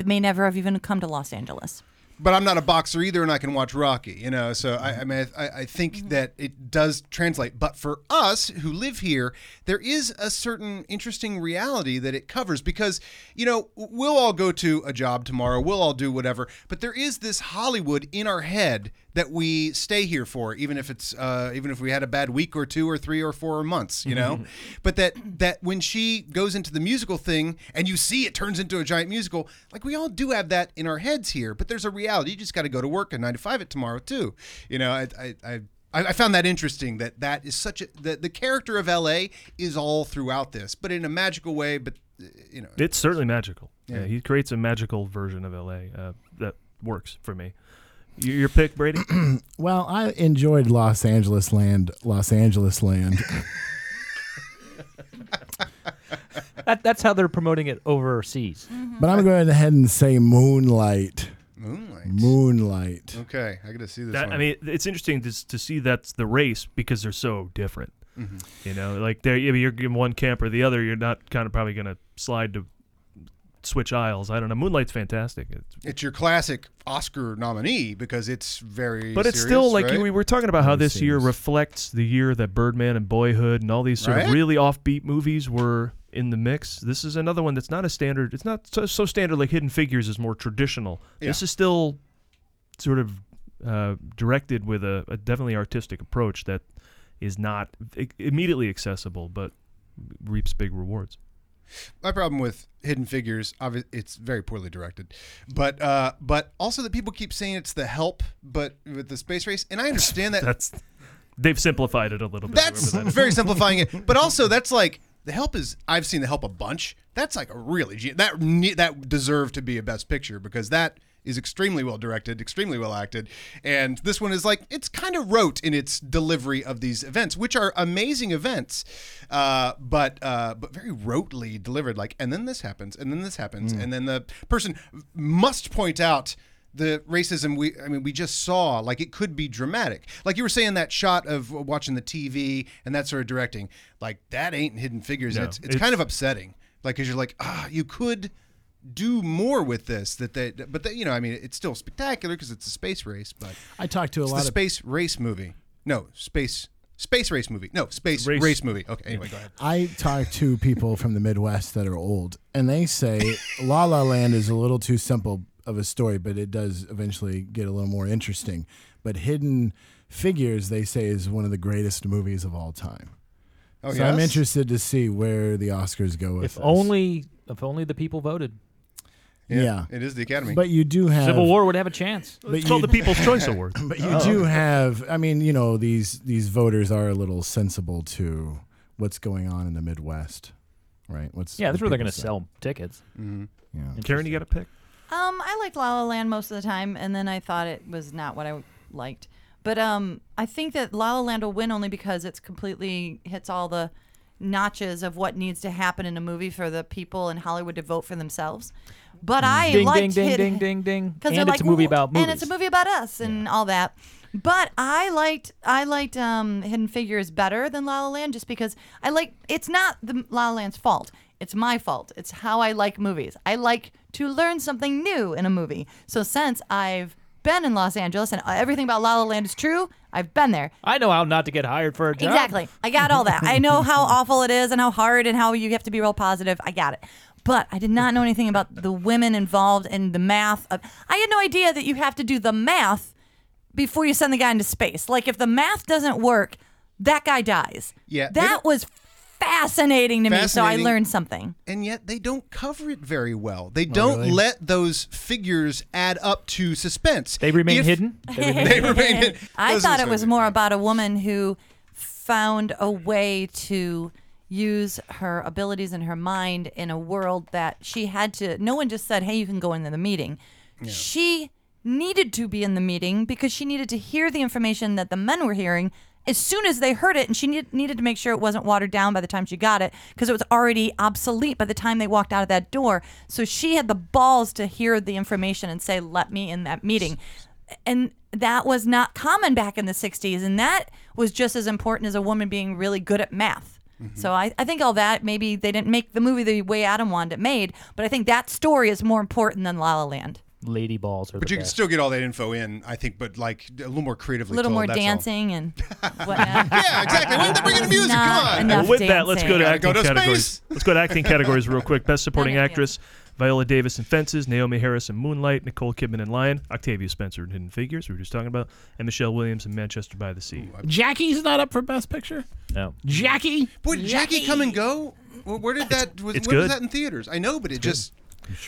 may never have even come to Los Angeles. but I'm not a boxer either, and I can watch Rocky, you know. So I, I mean, I, I think that it does translate. But for us who live here, there is a certain interesting reality that it covers because you know we'll all go to a job tomorrow, we'll all do whatever, but there is this Hollywood in our head that we stay here for, even if it's uh, even if we had a bad week or two or three or four months, you know. Mm-hmm. but that that when she goes into the musical thing and you see it turns into a giant musical, like we all do have that in our heads here. But there's a reality. You just got to go to work and nine to five it tomorrow too. You know, I I. I I I found that interesting that that is such a the, the character of LA is all throughout this, but in a magical way. But uh, you know, It's certainly magical. Yeah. Yeah. he creates a magical version of LA uh, that works for me. Y- Your pick, Brady. Well, I enjoyed Los Angeles Land, Los Angeles Land. That, that's how they're promoting it overseas. Mm-hmm. but I'm going ahead and say Moonlight. Moonlight. Moonlight. okay, I got to see this. That, one. I mean, it's interesting to, s- to see that's the race because they're so different. Mhm. You know, like they're you're in one camp or the other. You're not kind of probably going to slide to switch aisles. I don't know. Moonlight's fantastic. It's, it's your classic Oscar nominee because it's very. but it's serious, still like right? we were talking about how this year reflects the year that Birdman and Boyhood and all these sort Right? of really offbeat movies were in the mix. This is another one that's not a standard. It's not so, so standard like Hidden Figures is more traditional. This is still sort of uh, directed with a, a definitely artistic approach that is not i- immediately accessible, but reaps big rewards. my problem with Hidden Figures, obvi- it's very poorly directed, but uh, but also that people keep saying it's the help, but with the space race, and I understand that. That's they've simplified it a little bit. that's whoever that is. very simplifying it, but also that's like the help is. I've seen the help a bunch. That's like a really ge- that ne- that deserved to be a best picture because that is extremely well directed, extremely well acted, and this one is like it's kind of rote in its delivery of these events, which are amazing events, uh, but uh, but very rotely delivered. Like, and then this happens, and then this happens, Mm. and then the person must point out the racism we i mean we just saw like it could be dramatic like you were saying that shot of watching the tv and that sort of directing like that ain't hidden figures No, and it's, it's, it's- kind of upsetting like because you're like ah you could do more with this that they but they, you know i mean it's still spectacular because it's a space race but I talked to a it's lot the of- space race movie no space space race movie no space race, Race. movie okay anyway go ahead I talk to people from the Midwest that are old, and they say La La Land is a little too simple of a story, but it does eventually get a little more interesting. But Hidden Figures, they say, is one of the greatest movies of all time. Oh, so I'm yes? interested to see where the Oscars go with If this. only, if only the people voted. Yeah, Yeah. it is the Academy. But you do have- Civil War would have a chance. but you Oh. do have, I mean, you know, these these voters are a little sensible to what's going on in the Midwest, right? What's Yeah, that's what where they're people going to say. sell tickets. Mm-hmm. Yeah. Karen, you got a pick? Um, I liked La La Land most of the time, and then I thought it was not what I liked. But um, I think that La La Land will win only because it's completely hits all the notches of what needs to happen in a movie for the people in Hollywood to vote for themselves. But I ding, liked Mm. ding, ding, Hidden- ding, ding, ding, because And it's a movie about movies. and it's a movie about us and all that. But I liked I liked um, Hidden Figures better than La La Land just because I like it's not the La La Land's fault. It's my fault. It's how I like movies. I like to learn something new in a movie. So since I've been in Los Angeles and everything about La La Land is true, I've been there. I know how not to get hired for a job. Exactly. I got all that. I know how awful it is and how hard and how you have to be real positive. I got it. But I did not know anything about the women involved and the math. Of, I had no idea that you have to do the math before you send the guy into space. Like if the math doesn't work, that guy dies. Yeah, they That don't- was fascinating to me. So I Fascinating. learned something. And yet they don't cover it very well. They don't really? let those figures add up to suspense. They remain hidden? They remain, hidden. I Those thought are it was so- more about a woman who found a way to use her abilities and her mind in a world that she had to. No one just said, "Hey, you can go into the meeting." She needed to be in the meeting because she needed to hear the information that the men were hearing as soon as they heard it and she need, needed to make sure it wasn't watered down by the time she got it because it was already obsolete by the time they walked out of that door so she had the balls to hear the information and say let me in that meeting and that was not common back in the 60s and that was just as important as a woman being really good at math Mm-hmm. so I, I think all that maybe they didn't make the movie the way adam wanted it made but i think that story is more important than la la land Lady balls are But the you can best. still get all that info in, I think, but like a little more creatively. a little told, more that's all. dancing and whatnot yeah exactly why did they bring in music come on Well, with that, let's go to Gotta acting go to categories. space. Let's go to acting categories real quick. Best supporting actress: Viola Davis in Fences, Naomi Harris in Moonlight, Nicole Kidman in Lion, Octavia Spencer in Hidden Figures, we were just talking about, and Michelle Williams in Manchester by the Sea. Uh, Jackie's not up for Best Picture. No. Jackie. Boy, did Jackie come and go? Where where did that? Was, it's where good. was that in theaters? I know, but it just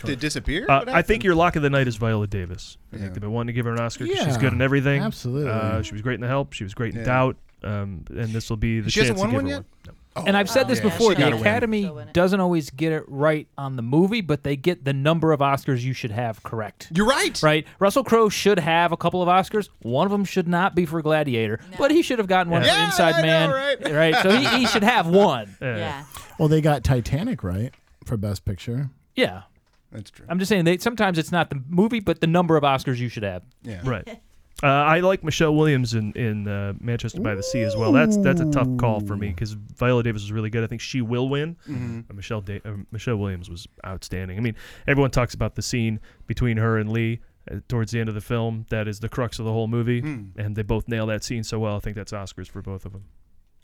did it disappear. Uh, What I think happened? your lock of the night is Viola Davis. I think they've been wanting to give her an Oscar 'cause she's Yeah, good in everything. absolutely. Uh, she was great in The Help. She was great in Yeah. Doubt. Um, and this will be the She chance hasn't to won give one her yet? one. And I've said this Oh, Yeah, before: she gotta the win. Academy doesn't always get it right on the movie, but they get the number of Oscars you should have correct. You're right. Right. Russell Crowe should have a couple of Oscars. One of them should not be for Gladiator, but he should have gotten one Yeah. for Inside Man. right? So he, he should have one. Yeah. Well, they got Titanic right for Best Picture. Yeah. That's true. I'm just saying they sometimes it's not the movie, but the number of Oscars you should have. Yeah. Right. Uh, I like Michelle Williams in in uh, Manchester by the Sea as well. That's that's a tough call for me because Viola Davis is really good. I think she will win. Mhm. Uh, Michelle da- uh, Michelle Williams was outstanding. I mean, everyone talks about the scene between her and Lee uh, towards the end of the film. That is the crux of the whole movie, Hmm. and they both nail that scene so well. I think that's Oscars for both of them.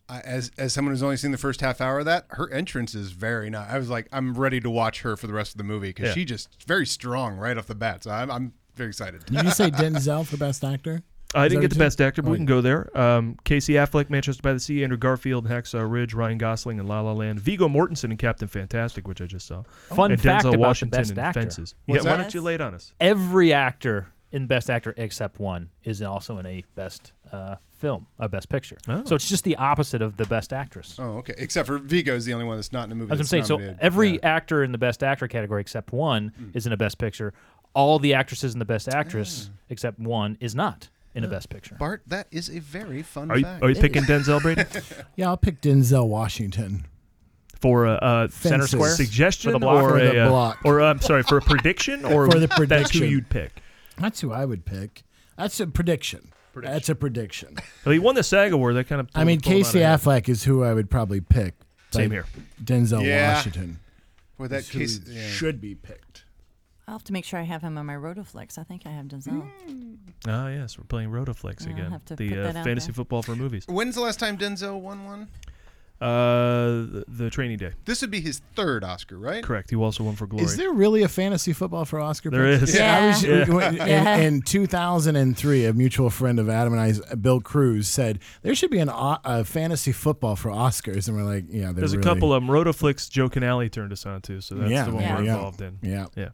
I, as as someone who's only seen the first half hour of that, her entrance is very nice. I was like, I'm ready to watch her for the rest of the movie because Yeah. she just very strong right off the bat. So I'm, I'm very excited. Did you say Denzel for Best Actor? I Is that didn't get what the you best said? actor, but we can go there. Um, Casey Affleck, Manchester by the Sea, Andrew Garfield, in Hacksaw Ridge, Ryan Gosling, and La La Land, Vigo Mortensen, and Captain Fantastic, which I just saw. Fun and fact Denzel about Washington the best in actor. Fences. Yeah, why don't you lay it on us? Every actor in Best Actor except one is also in a Best uh, Film, a Best Picture. So it's just the opposite of the Best Actress. Oh, okay. Except for Vigo is the only one that's not in the movie. I was that's going to say, so nominated. every actor in the Best Actor category except one is in a Best Picture. All the actresses in the Best Actress except one is not in a Best Picture. Bart, that is a very fun Are you- fact. are you picking Denzel, Brady? Yeah, I'll pick Denzel Washington. For a uh, Fences. suggestion For the block? or For a the uh, block. or I'm sorry for a prediction or For the that's who prediction. you'd pick. That's who I would pick. That's a prediction. That's a prediction. Well, he won the SAG award. That kind of I mean, pulled him out Casey of it. Affleck is who I would probably pick. Same but here. Denzel Yeah. Washington. Boy, that is who case- yeah. should be picked. i'll have to make sure i have him on my rotoflex i think i have denzel Mm, Ah, yes, we're playing Rotoflex I'll again. have to put The that uh, out fantasy there. football for movies. When's the last time Denzel won one? Uh, the, the training day. This would be his third Oscar, right? Correct. You also won for Glory. Is there really a fantasy football for Oscar? There picks? is. Yeah. I was- Yeah. we went- Yeah. In, in 2003, a mutual friend of Adam and I's, Bill Cruz, said there should be an o- a fantasy football for Oscars, and we're like, yeah, there There's really- a couple of them. Rotoflix, Joe Canale turned us on to, so that's Yeah, the one there we're you go. involved in. Yeah. Yeah.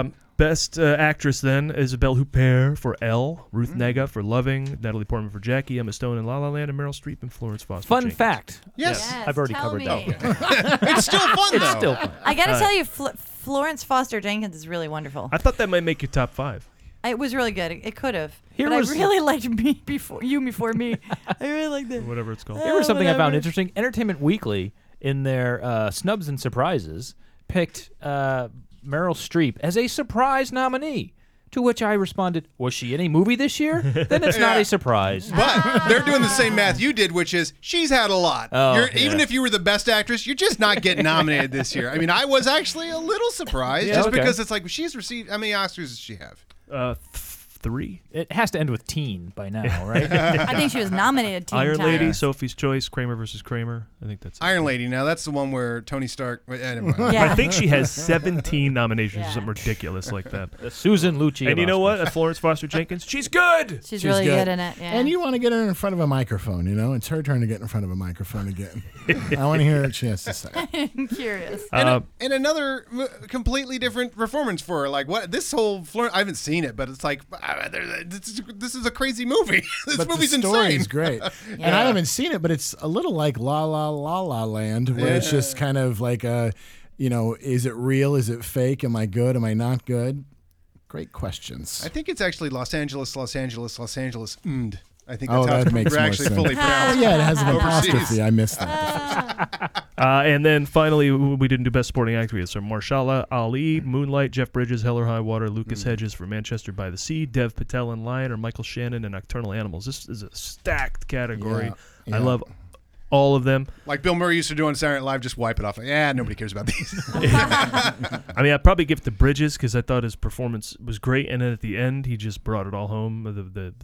um, best uh, actress then Isabelle Huppert for Elle, Ruth Mm. Nega for Loving, Natalie Portman for Jackie, Emma Stone in La La Land, and Meryl Streep in Florence Foster. Fun Jenkins. fact. Yes. Yes, I've already tell covered me. that. It's still fun, It's though. still fun. i gotta Uh, tell you Fl- florence foster jenkins is really wonderful I thought that might make your top five. it was really good it, it could have Here but was- i really liked me before you before me i really liked that whatever it's called. Here was something I found interesting. Entertainment Weekly, in their uh, snubs and surprises, picked uh, Meryl Streep as a surprise nominee. To which I responded, Was she in a movie this year? then it's not Yeah. a surprise. But they're doing the same math you did, which is she's had a lot. Oh, you're, yeah. Even if you were the best actress, you're just not getting nominated this year. I mean, I was actually a little surprised Yeah, just okay. because it's like she's received. How many Oscars does she have? Uh, th- three. It has to end with teen by now, right? I think she was nominated teen Iron time. Lady, Sophie's Choice, Kramer versus Kramer. I think that's. Iron Lady. Now that's the one where Tony Stark. eh, never mind. I think she has 17 nominations or something ridiculous like that. Susan Lucci. And of you know what? Florence Foster Jenkins, she's good. She's, really good. in it. Yeah. And you want to get her in front of a microphone, you know? It's her turn to get in front of a microphone again. I want to hear what she has to say. I'm curious. And, Uh, and another m- completely different performance for her. Like what? This whole Florence. I haven't seen it, but it's like ah, there- this is, this is a crazy movie. this but movie's the story insane. is great. And Yeah. I haven't seen it, but it's a little like La La La La Land, where it's just kind of like a, you know, is it real? Is it fake? Am I good? Am I not good? Great questions. I think it's actually Los Angeles, Los Angeles, Los Angeles. Mm. I think Oh, that's how that it's makes we're more actually sense. fully Oh, pronounced. yeah, it has an overseas. apostrophe. I missed that. Uh, and then finally, w- we didn't do Best Supporting Actor yet. So Marshala Ali, Mm-hmm. Moonlight, Jeff Bridges, Hell or High Water, Lucas Hedges for Manchester by the Sea, Dev Patel in Lion, or Michael Shannon in Nocturnal Animals. This is a stacked category. Yeah, I yeah. love all of them. Like Bill Murray used to do on Saturday Night Live, just wipe it off. Like, yeah, nobody cares about these. I mean, I'd probably give it to Bridges because I thought his performance was great, and then at the end, he just brought it all home. The the,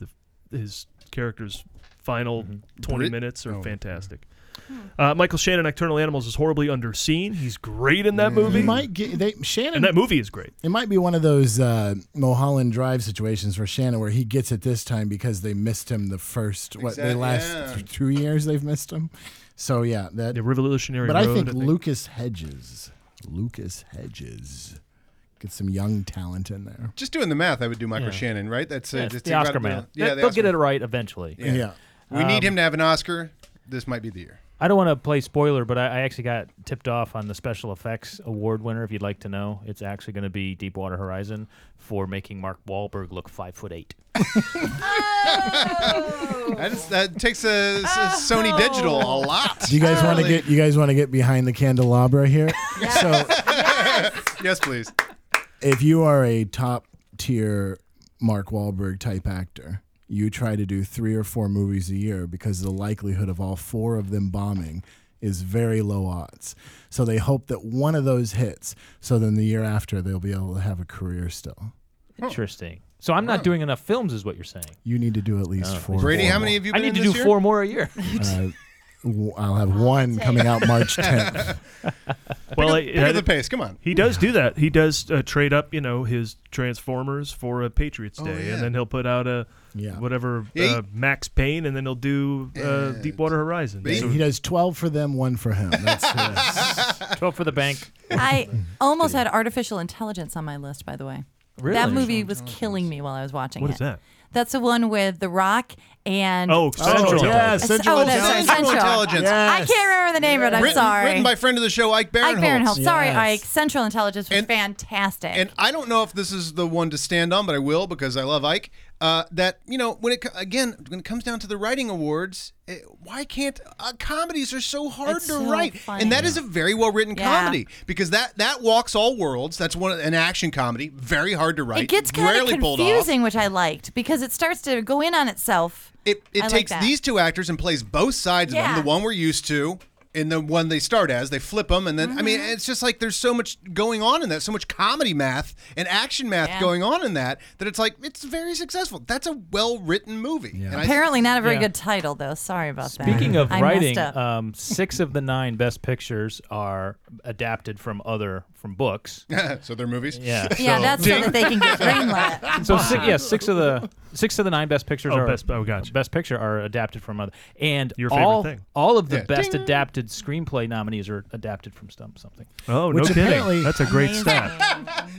the his character's final twenty Brit- minutes are oh. fantastic. Uh, Michael Shannon, Nocturnal Animals, is horribly underseen. He's great in that movie. You might get they Shannon. and that movie is great. It might be one of those uh, Mulholland Drive situations for Shannon where he gets it this time because they missed him the first, what, the Exact- last yeah. th- two years they've missed him. So, yeah, that. The Revolutionary But I Road, think I think. Lucas Hedges, Lucas Hedges, get some young talent in there. just doing the math, I would do Michael Yeah. Shannon, right? That's Yeah, uh, it's just the Oscar incredible- math. Yeah, They- the they'll Oscar get it math. right eventually. Yeah. We Um, need him to have an Oscar. This might be the year. I don't want to play spoiler, but I, I actually got tipped off on the special effects award winner. If you'd like to know, it's actually going to be Deepwater Horizon for making Mark Wahlberg look five foot eight. That, is, that takes a, s- a Sony Digital a lot. Do you guys want to Really. get you guys want to get behind the candelabra here? So yes, please. if you are a top tier Mark Wahlberg type actor, you try to do three or four movies a year because the likelihood of all four of them bombing is very low odds. So they hope that one of those hits. So then the year after, they'll be able to have a career still. Interesting. So I'm not doing enough films, is what you're saying. You need to do at least Oh, four. Brady, more. how many have you I been in need to this do year? four more a year. Uh, w- I'll have one coming out March 10th. Well, pick up the pace. Come on. He does do that. He does uh, trade up, you know, his Transformers for a Patriots Day, yeah. and then he'll put out a Oh, Yeah. whatever Yeah, uh, Max Payne, and then he'll do uh, Deepwater Horizon. He- So- He does 12 for them, one for him. That's his. Twelve for the bank. I almost had artificial intelligence on my list, by the way. Really? That movie was killing me while I was watching What it. is that? That's the one with The Rock and Oh, Central yeah, Intelligence. Central oh, that's Intelligence. right, Central. Central Intelligence. I can't remember the name of it. I'm written, sorry. Written by friend of the show, Ike Ike Barinholtz. Barinholtz. Sorry, Yes. Ike. Central Intelligence was fantastic. And I don't know if this is the one to stand on, but I will because I love Ike. Uh, that you know, when it co- again, when it comes down to the writing awards, eh, why can't uh, comedies are so hard It's to so write? funny. And that is a very well written Yeah. comedy because that that walks all worlds. That's one an action comedy, very hard to write. it gets kind rarely of pulled off. confusing, which I liked because it starts to go in on itself. It it I like takes that. these two actors and plays both sides of Yeah. them, the one we're used to. And the one they start as, they flip them, and then I mean, Mm-hmm. it's just like there's so much going on in that, so much comedy math and action math Yeah. going on in that, that it's like it's very successful. That's a well-written movie. And I- Apparently, not a very Yeah. good title, though. Sorry about that. Speaking of I messed writing, up. um, six of the nine best pictures are adapted from other from books. so they're movies. Yeah. yeah, so- that's so that they can get greenlit. So six, yeah, six of the six of the nine best pictures Oh, are best- oh, gotcha. best picture are adapted from other and Your favorite all thing. all of the Yeah. best adapted screenplay nominees are adapted from stump something. oh, no Which kidding. apparently- That's a great stat.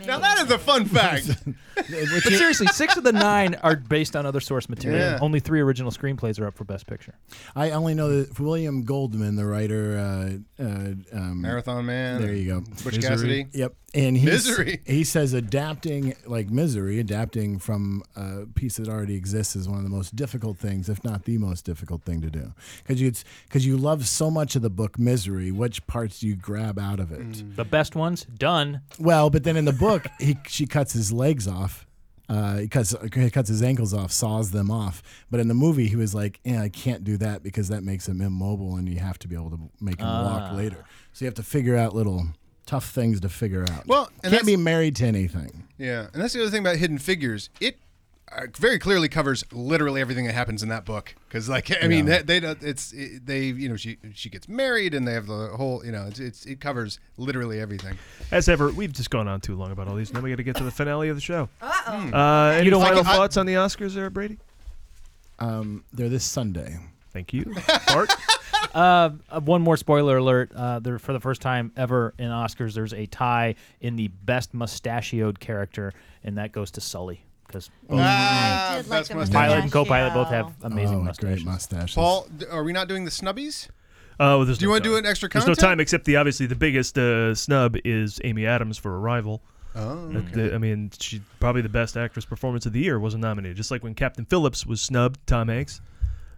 Now that is a fun fact. But seriously, six of the nine are based on other source material. Yeah. Only three original screenplays are up for best picture. I only know that William Goldman, the writer, uh, uh, um, Marathon Man. There you go. Butch Cassidy. Yep, and he Misery. He says adapting like misery, adapting from a piece that already exists is one of the most difficult things, if not the most difficult thing to do, because you because you love so much of the book Misery, which parts do you grab out of Mm. it? The best ones done. Well, but then in the book, he she cuts his legs off. Uh, he cuts he cuts his ankles off, saws them off. But in the movie, he was like, eh, "I can't do that because that makes him immobile, and you have to be able to make him walk Ah. later." So you have to figure out little tough things to figure out. Well, and can't that's- be married to anything. Yeah, and that's the other thing about Hidden Figures. It uh, very clearly covers literally everything that happens in that book. Because, like, I mean, Yeah. they, they don't. It's it, they, you know, she she gets married, and they have the whole, you know, it's, it's it covers literally everything. As ever, we've just gone on too long about all these. Now we got to get to the finale of the show. Uh-oh. Uh, You any don't like final it? I- thoughts on the Oscars, there, Brady? Um, they're this Sunday. Thank you. uh, one more spoiler alert. Uh, there, for the first time ever in Oscars, there's a tie in the best mustachioed character, and that goes to Sully. Because Ah, I did like best the mustachio. pilot and co-pilot both have amazing Oh, mustaches. great mustache. Paul, d- are we not doing the snubbies? Uh, well, there's Do you no wanna time. do an extra There's no content? time except the obviously the biggest uh, snub is Amy Adams for Arrival. Oh, Uh, okay. the- I mean, she probably the best actress performance of the year wasn't nominated. Just like when Captain Phillips was snubbed, Tom Hanks,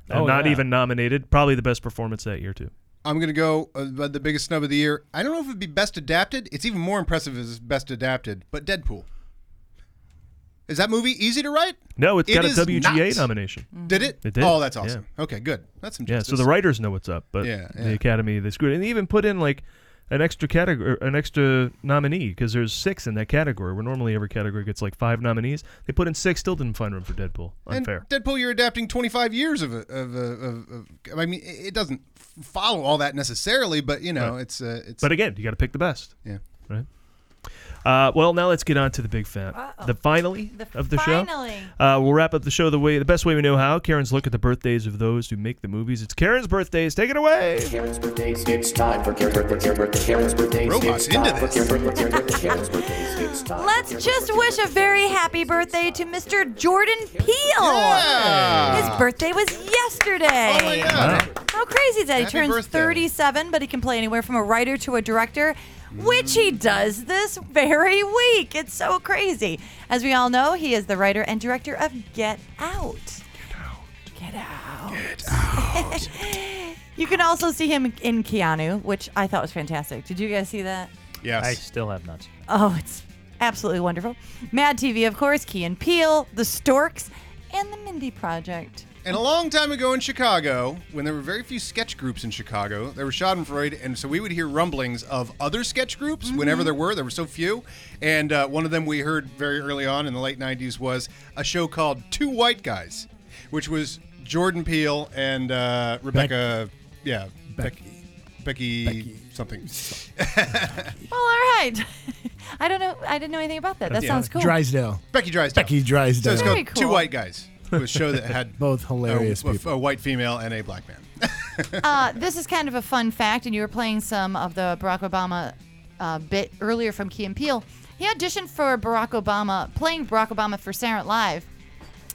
uh, Oh, not yeah. even nominated. Probably the best performance that year too. I'm gonna go uh, by the biggest snub of the year. I don't know if it'd be best adapted. It's even more impressive as best adapted, but Deadpool. Is that movie easy to write? No, it's It got a is WGA not. nomination. Did it? Mm-hmm. It did. Oh, that's Yeah. awesome. Okay, good. That's some Yeah, justice. so the writers know what's up, but Yeah, yeah. the Academy they screwed, it. and they even put in like an extra category, an extra nominee because there's six in that category. Where normally every category gets like five nominees, they put in six. Still didn't find room for Deadpool. And Unfair. Deadpool, you're adapting 25 years of, a, of, a, of, of. I mean, it it doesn't f- follow all that necessarily, but you know, Right. it's uh, it's. But again, you got to pick the best. Yeah. Right. Uh, well, now let's get on to the big fat, the finally of the finally. show. Uh, we'll wrap up the show the way the best way we know how. Karen's look at the birthdays of those who make the movies. It's Karen's birthdays. Take it away. Karen's birthdays, it's time for Karen's birthdays, Karen's birthdays, Karen's birthdays. it's Robots into time this. For Karen's birthdays, Karen's birthdays, Karen's birthdays, it's time. Let's just wish a very happy birthday to Mr. Jordan Peele. Yeah. His birthday was yesterday. Oh my God. How crazy is that? he Happy turns birthday. 37, but he can play anywhere from a writer to a director, which he does this very week. It's so crazy. As we all know, he is the writer and director of Get Out. Get out. Get out. you can also see him in Keanu, which I thought was fantastic. Did you guys see that? Yes. I still have not. seen it. Oh, it's absolutely wonderful. Mad TV, of course, Key and Peele, The Storks, and The Mindy Project. And a long time ago in Chicago, when there were very few sketch groups in Chicago, there was Schadenfreude, and so we would hear rumblings of other sketch groups whenever there were. There were so few, and uh, one of them we heard very early on in the late '90s was a show called Two White Guys, which was Jordan Peele and uh, Rebecca, yeah, Becky, Becky, something. Well, all right. I don't know. I didn't know anything about that. That Yeah. sounds cool. Drysdale. Becky Drysdale. Becky Drysdale. So it's Very called Two cool. White Guys, it was a show that had Both hilarious a, a- people. a white female and a black man. uh, this is kind of a fun fact, and you were playing some of the Barack Obama uh, bit earlier from Key and Peele. He auditioned for Barack Obama, playing Barack Obama for Saturday Night Live,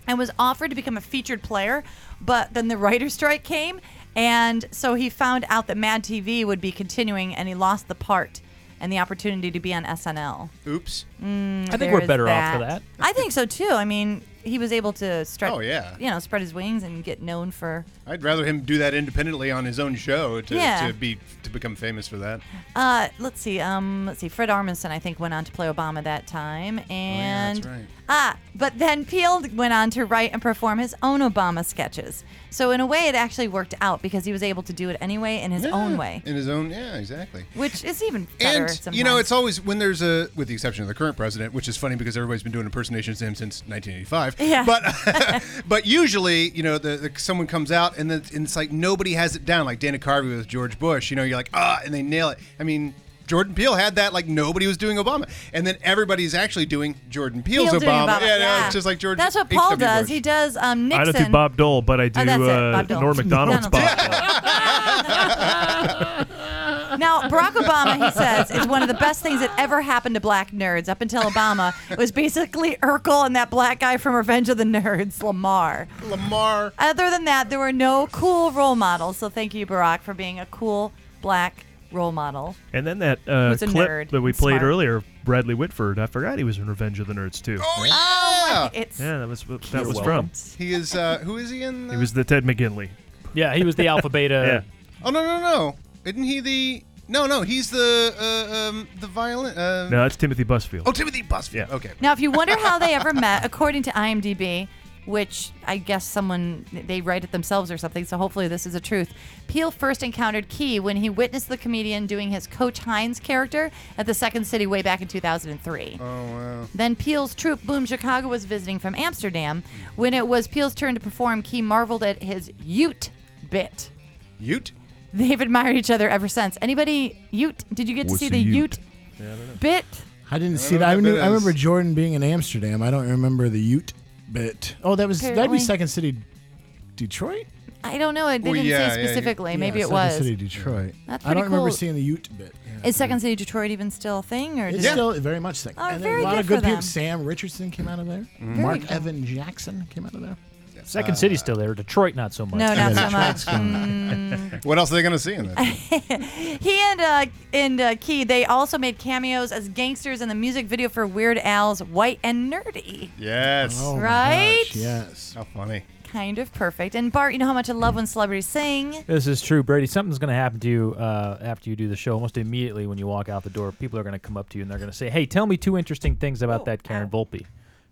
and was offered to become a featured player, but then the writer's strike came, and so he found out that Mad TV would be continuing, and he lost the part and the opportunity to be on SNL. Oops. Mm, I think there we're is better off for that. I think so too. I mean, he was able to stretch. Oh, yeah. You know, spread his wings and get known for I'd rather him do that independently on his own show to, Yeah. to be to become famous for that. Uh, let's see. Um, let's see. Fred Armisen, I think, went on to play Obama that time, and Oh, right. ah, but then Peele went on to write and perform his own Obama sketches. So in a way, it actually worked out because he was able to do it anyway in his own way, In his own, yeah, exactly. which is even better. And sometimes. you know, it's always when there's a, with the exception of the current president, which is funny because everybody's been doing impersonations of him since 1985. Yeah. But but usually, you know, the, the someone comes out and, then and it's like nobody has it down, like Dana Carvey with George Bush. You know, you're like ah, and they nail it. I mean. Jordan Peele had that like nobody was doing Obama, and then everybody's actually doing Jordan Peele's Peele doing Obama. Obama, Yeah, no, yeah. it's just like George. That's what H.W. Paul does. Bush. He does um, Nixon. I don't do Bob Dole, but I do Oh, that's it, uh, Bob Dole. Norm Macdonald's Bob. Now, Barack Obama, he says, is one of the best things that ever happened to black nerds. Up until Obama, it was basically Urkel and that black guy from Revenge of the Nerds, Lamar. Lamar. Other than that, there were no cool role models. So thank you, Barack, for being a cool black role model. And then that uh, Who's a clip nerd that we and played smart. earlier, Bradley Whitford. I forgot he was in Revenge of the Nerds too. Oh yeah, it's yeah, that was what that You're was welcome. He is. Uh, who is he in? from. He was the Ted McGinley. Yeah, he was the alpha beta. Yeah. Oh no no no! Isn't he the? No, no, he's the uh, um, the violin. Uh, No, that's Timothy Busfield. Oh, Timothy Busfield. Okay. Now, if you wonder how they ever met, according to IMDb, which I guess someone they write it themselves or something, so hopefully this is a truth. Peel first encountered Key when he witnessed the comedian doing his Coach Hines character at the Second City way back in 2003. Oh wow. Then Peel's troupe Boom Chicago was visiting from Amsterdam. When it was Peel's turn to perform, Key marveled at his Ute bit. Ute. They've admired each other ever since. Anybody Ute? Did you get to What's see a the Ute? Ute, bit? I I didn't see don't that. I, know what knew, that I remember is. Jordan being in Amsterdam. I don't remember the Ute bit. Oh, that was that'd Apparently. be Second City, Detroit. I don't know. It Oh, didn't yeah, say yeah, you- specifically. yeah, Maybe it Second was. City, Detroit. That's I don't pretty remember cool. seeing the Ute bit. Is Second City Detroit even still a thing? Or It's did it- still very much second. Oh, and very a lot good of for good people. them. Sam Richardson came out of there. Mm. Mark Very cool. Evan Jackson came out of there. Second City's still there. Detroit, not so much. No, not so Detroit's much. gone. What else are they gonna see in that? He and uh, and uh, Key they also made cameos as gangsters in the music video for Weird Al's "White and Nerdy." yes. Oh, my Right? gosh, yes. How funny. Kind of perfect. And Bart, you know how much I love when celebrities sing. This is true, Brady. Something's going to happen to you uh, after you do the show. Almost immediately when you walk out the door, people are going to come up to you and they're going to say, "Hey, tell me two interesting things about that Karen Volpe."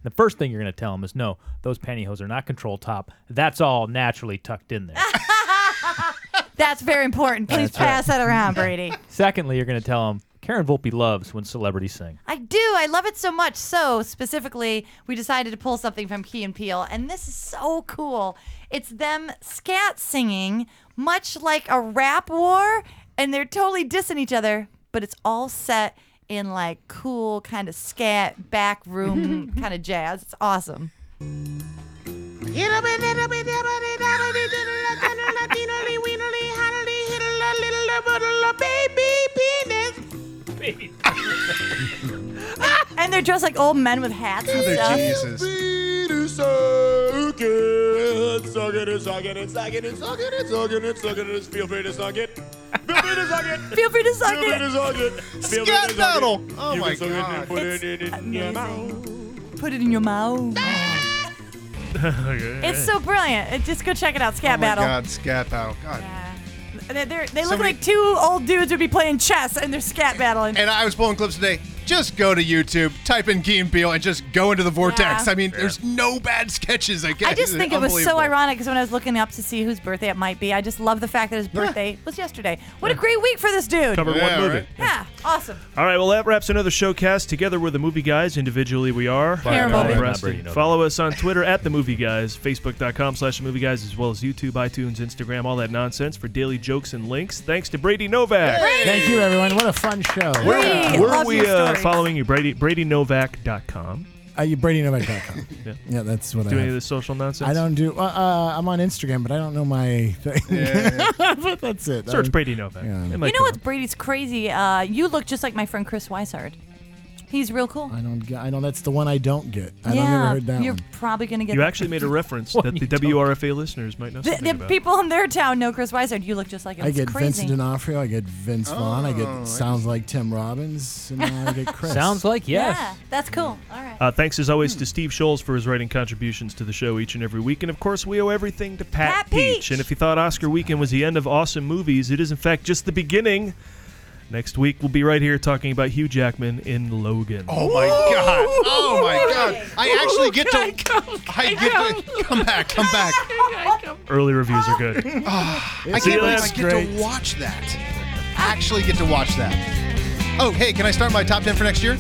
The first thing you're going to tell them is, "No, those pantyhose are not control top. That's all naturally tucked in there." That's very important. Please That's right. pass that around, Brady. Secondly, you're going to tell them Karen Volpe loves when celebrities sing. I do. I love it so much. So, specifically, we decided to pull something from Key and Peele, and this is so cool. It's them scat singing, much like a rap war, and they're totally dissing each other, but it's all set in like cool kind of scat, back room kind of jazz. It's awesome. And they're dressed like old men with hats and stuff. Feel free to suck it. Feel free to suck it. Feel free to suck Feel free to it. suck it. Feel free to suck it. battle. Oh You my can suck it and God. put it in- in your mouth. Put it in your mouth. Ah! It's so brilliant. It- Just go check it out. Scat Oh my battle. God, scat battle. God. They, they're- they look like two old dudes would be playing chess and they're scat battling. And I was pulling clips today. Just go to YouTube, type in Key and Peele, and just go into the vortex. Yeah. I mean, there's no bad sketches. I guess. I just think it was so Unbelievable. ironic because when I was looking up to see whose birthday it might be, I just love the fact that his birthday was yesterday. What a great week for this dude. Covered one movie. Yeah, awesome. All right, well, that wraps another showcast. Together, we're the Movie Guys. Individually, we are Karen Bobby. Preston. Not Brady, no. Follow us on Twitter at The Movie Guys, Facebook.com slash The Movie Guys, as well as YouTube, iTunes, Instagram, all that nonsense for daily jokes and links. Thanks to Brady Novak. Thank you, everyone. What a fun show. Where, where are we uh, following you? Brady, BradyNovak.com. Uh, you BradyNovak.com. yeah. yeah, that's what I Do any have. of the social nonsense? I don't do. Uh, uh, I'm on Instagram, but I don't know my thing. Yeah. but that's it. Search I'm- Brady Novak. It You might know come what's Brady's crazy? Uh, you look just like my friend Chris Weishard. He's real cool. I don't. Get, I know that's the one I don't get. yeah, I don't ever heard that you're one. probably gonna up. get. You actually made a reference What that the WRFA listeners might know The, something the about. people in their town know Chris Weishard. You look just like him. I It's get crazy. Vincent D'Onofrio. I get Vince Vaughn. I Oh, I get sounds like Tim Robbins, and now I get Chris. Sounds like yes. Yeah, that's cool. All right. Uh, thanks as always Hmm. to Steve Scholes for his writing contributions to the show each and every week. And of course, we owe everything to Pat, Peach. And if you thought Oscar weekend was the end of awesome movies, it is in fact just the beginning. Next week, we'll be right here talking about Hugh Jackman in Logan. Oh my god! Oh my god! I actually get to. I, get to come back. Come back. Early reviews are good. Ah, I It's can't believe I just get great. to watch that. Actually, get to watch that. Oh, hey, can I start my top ten for next year?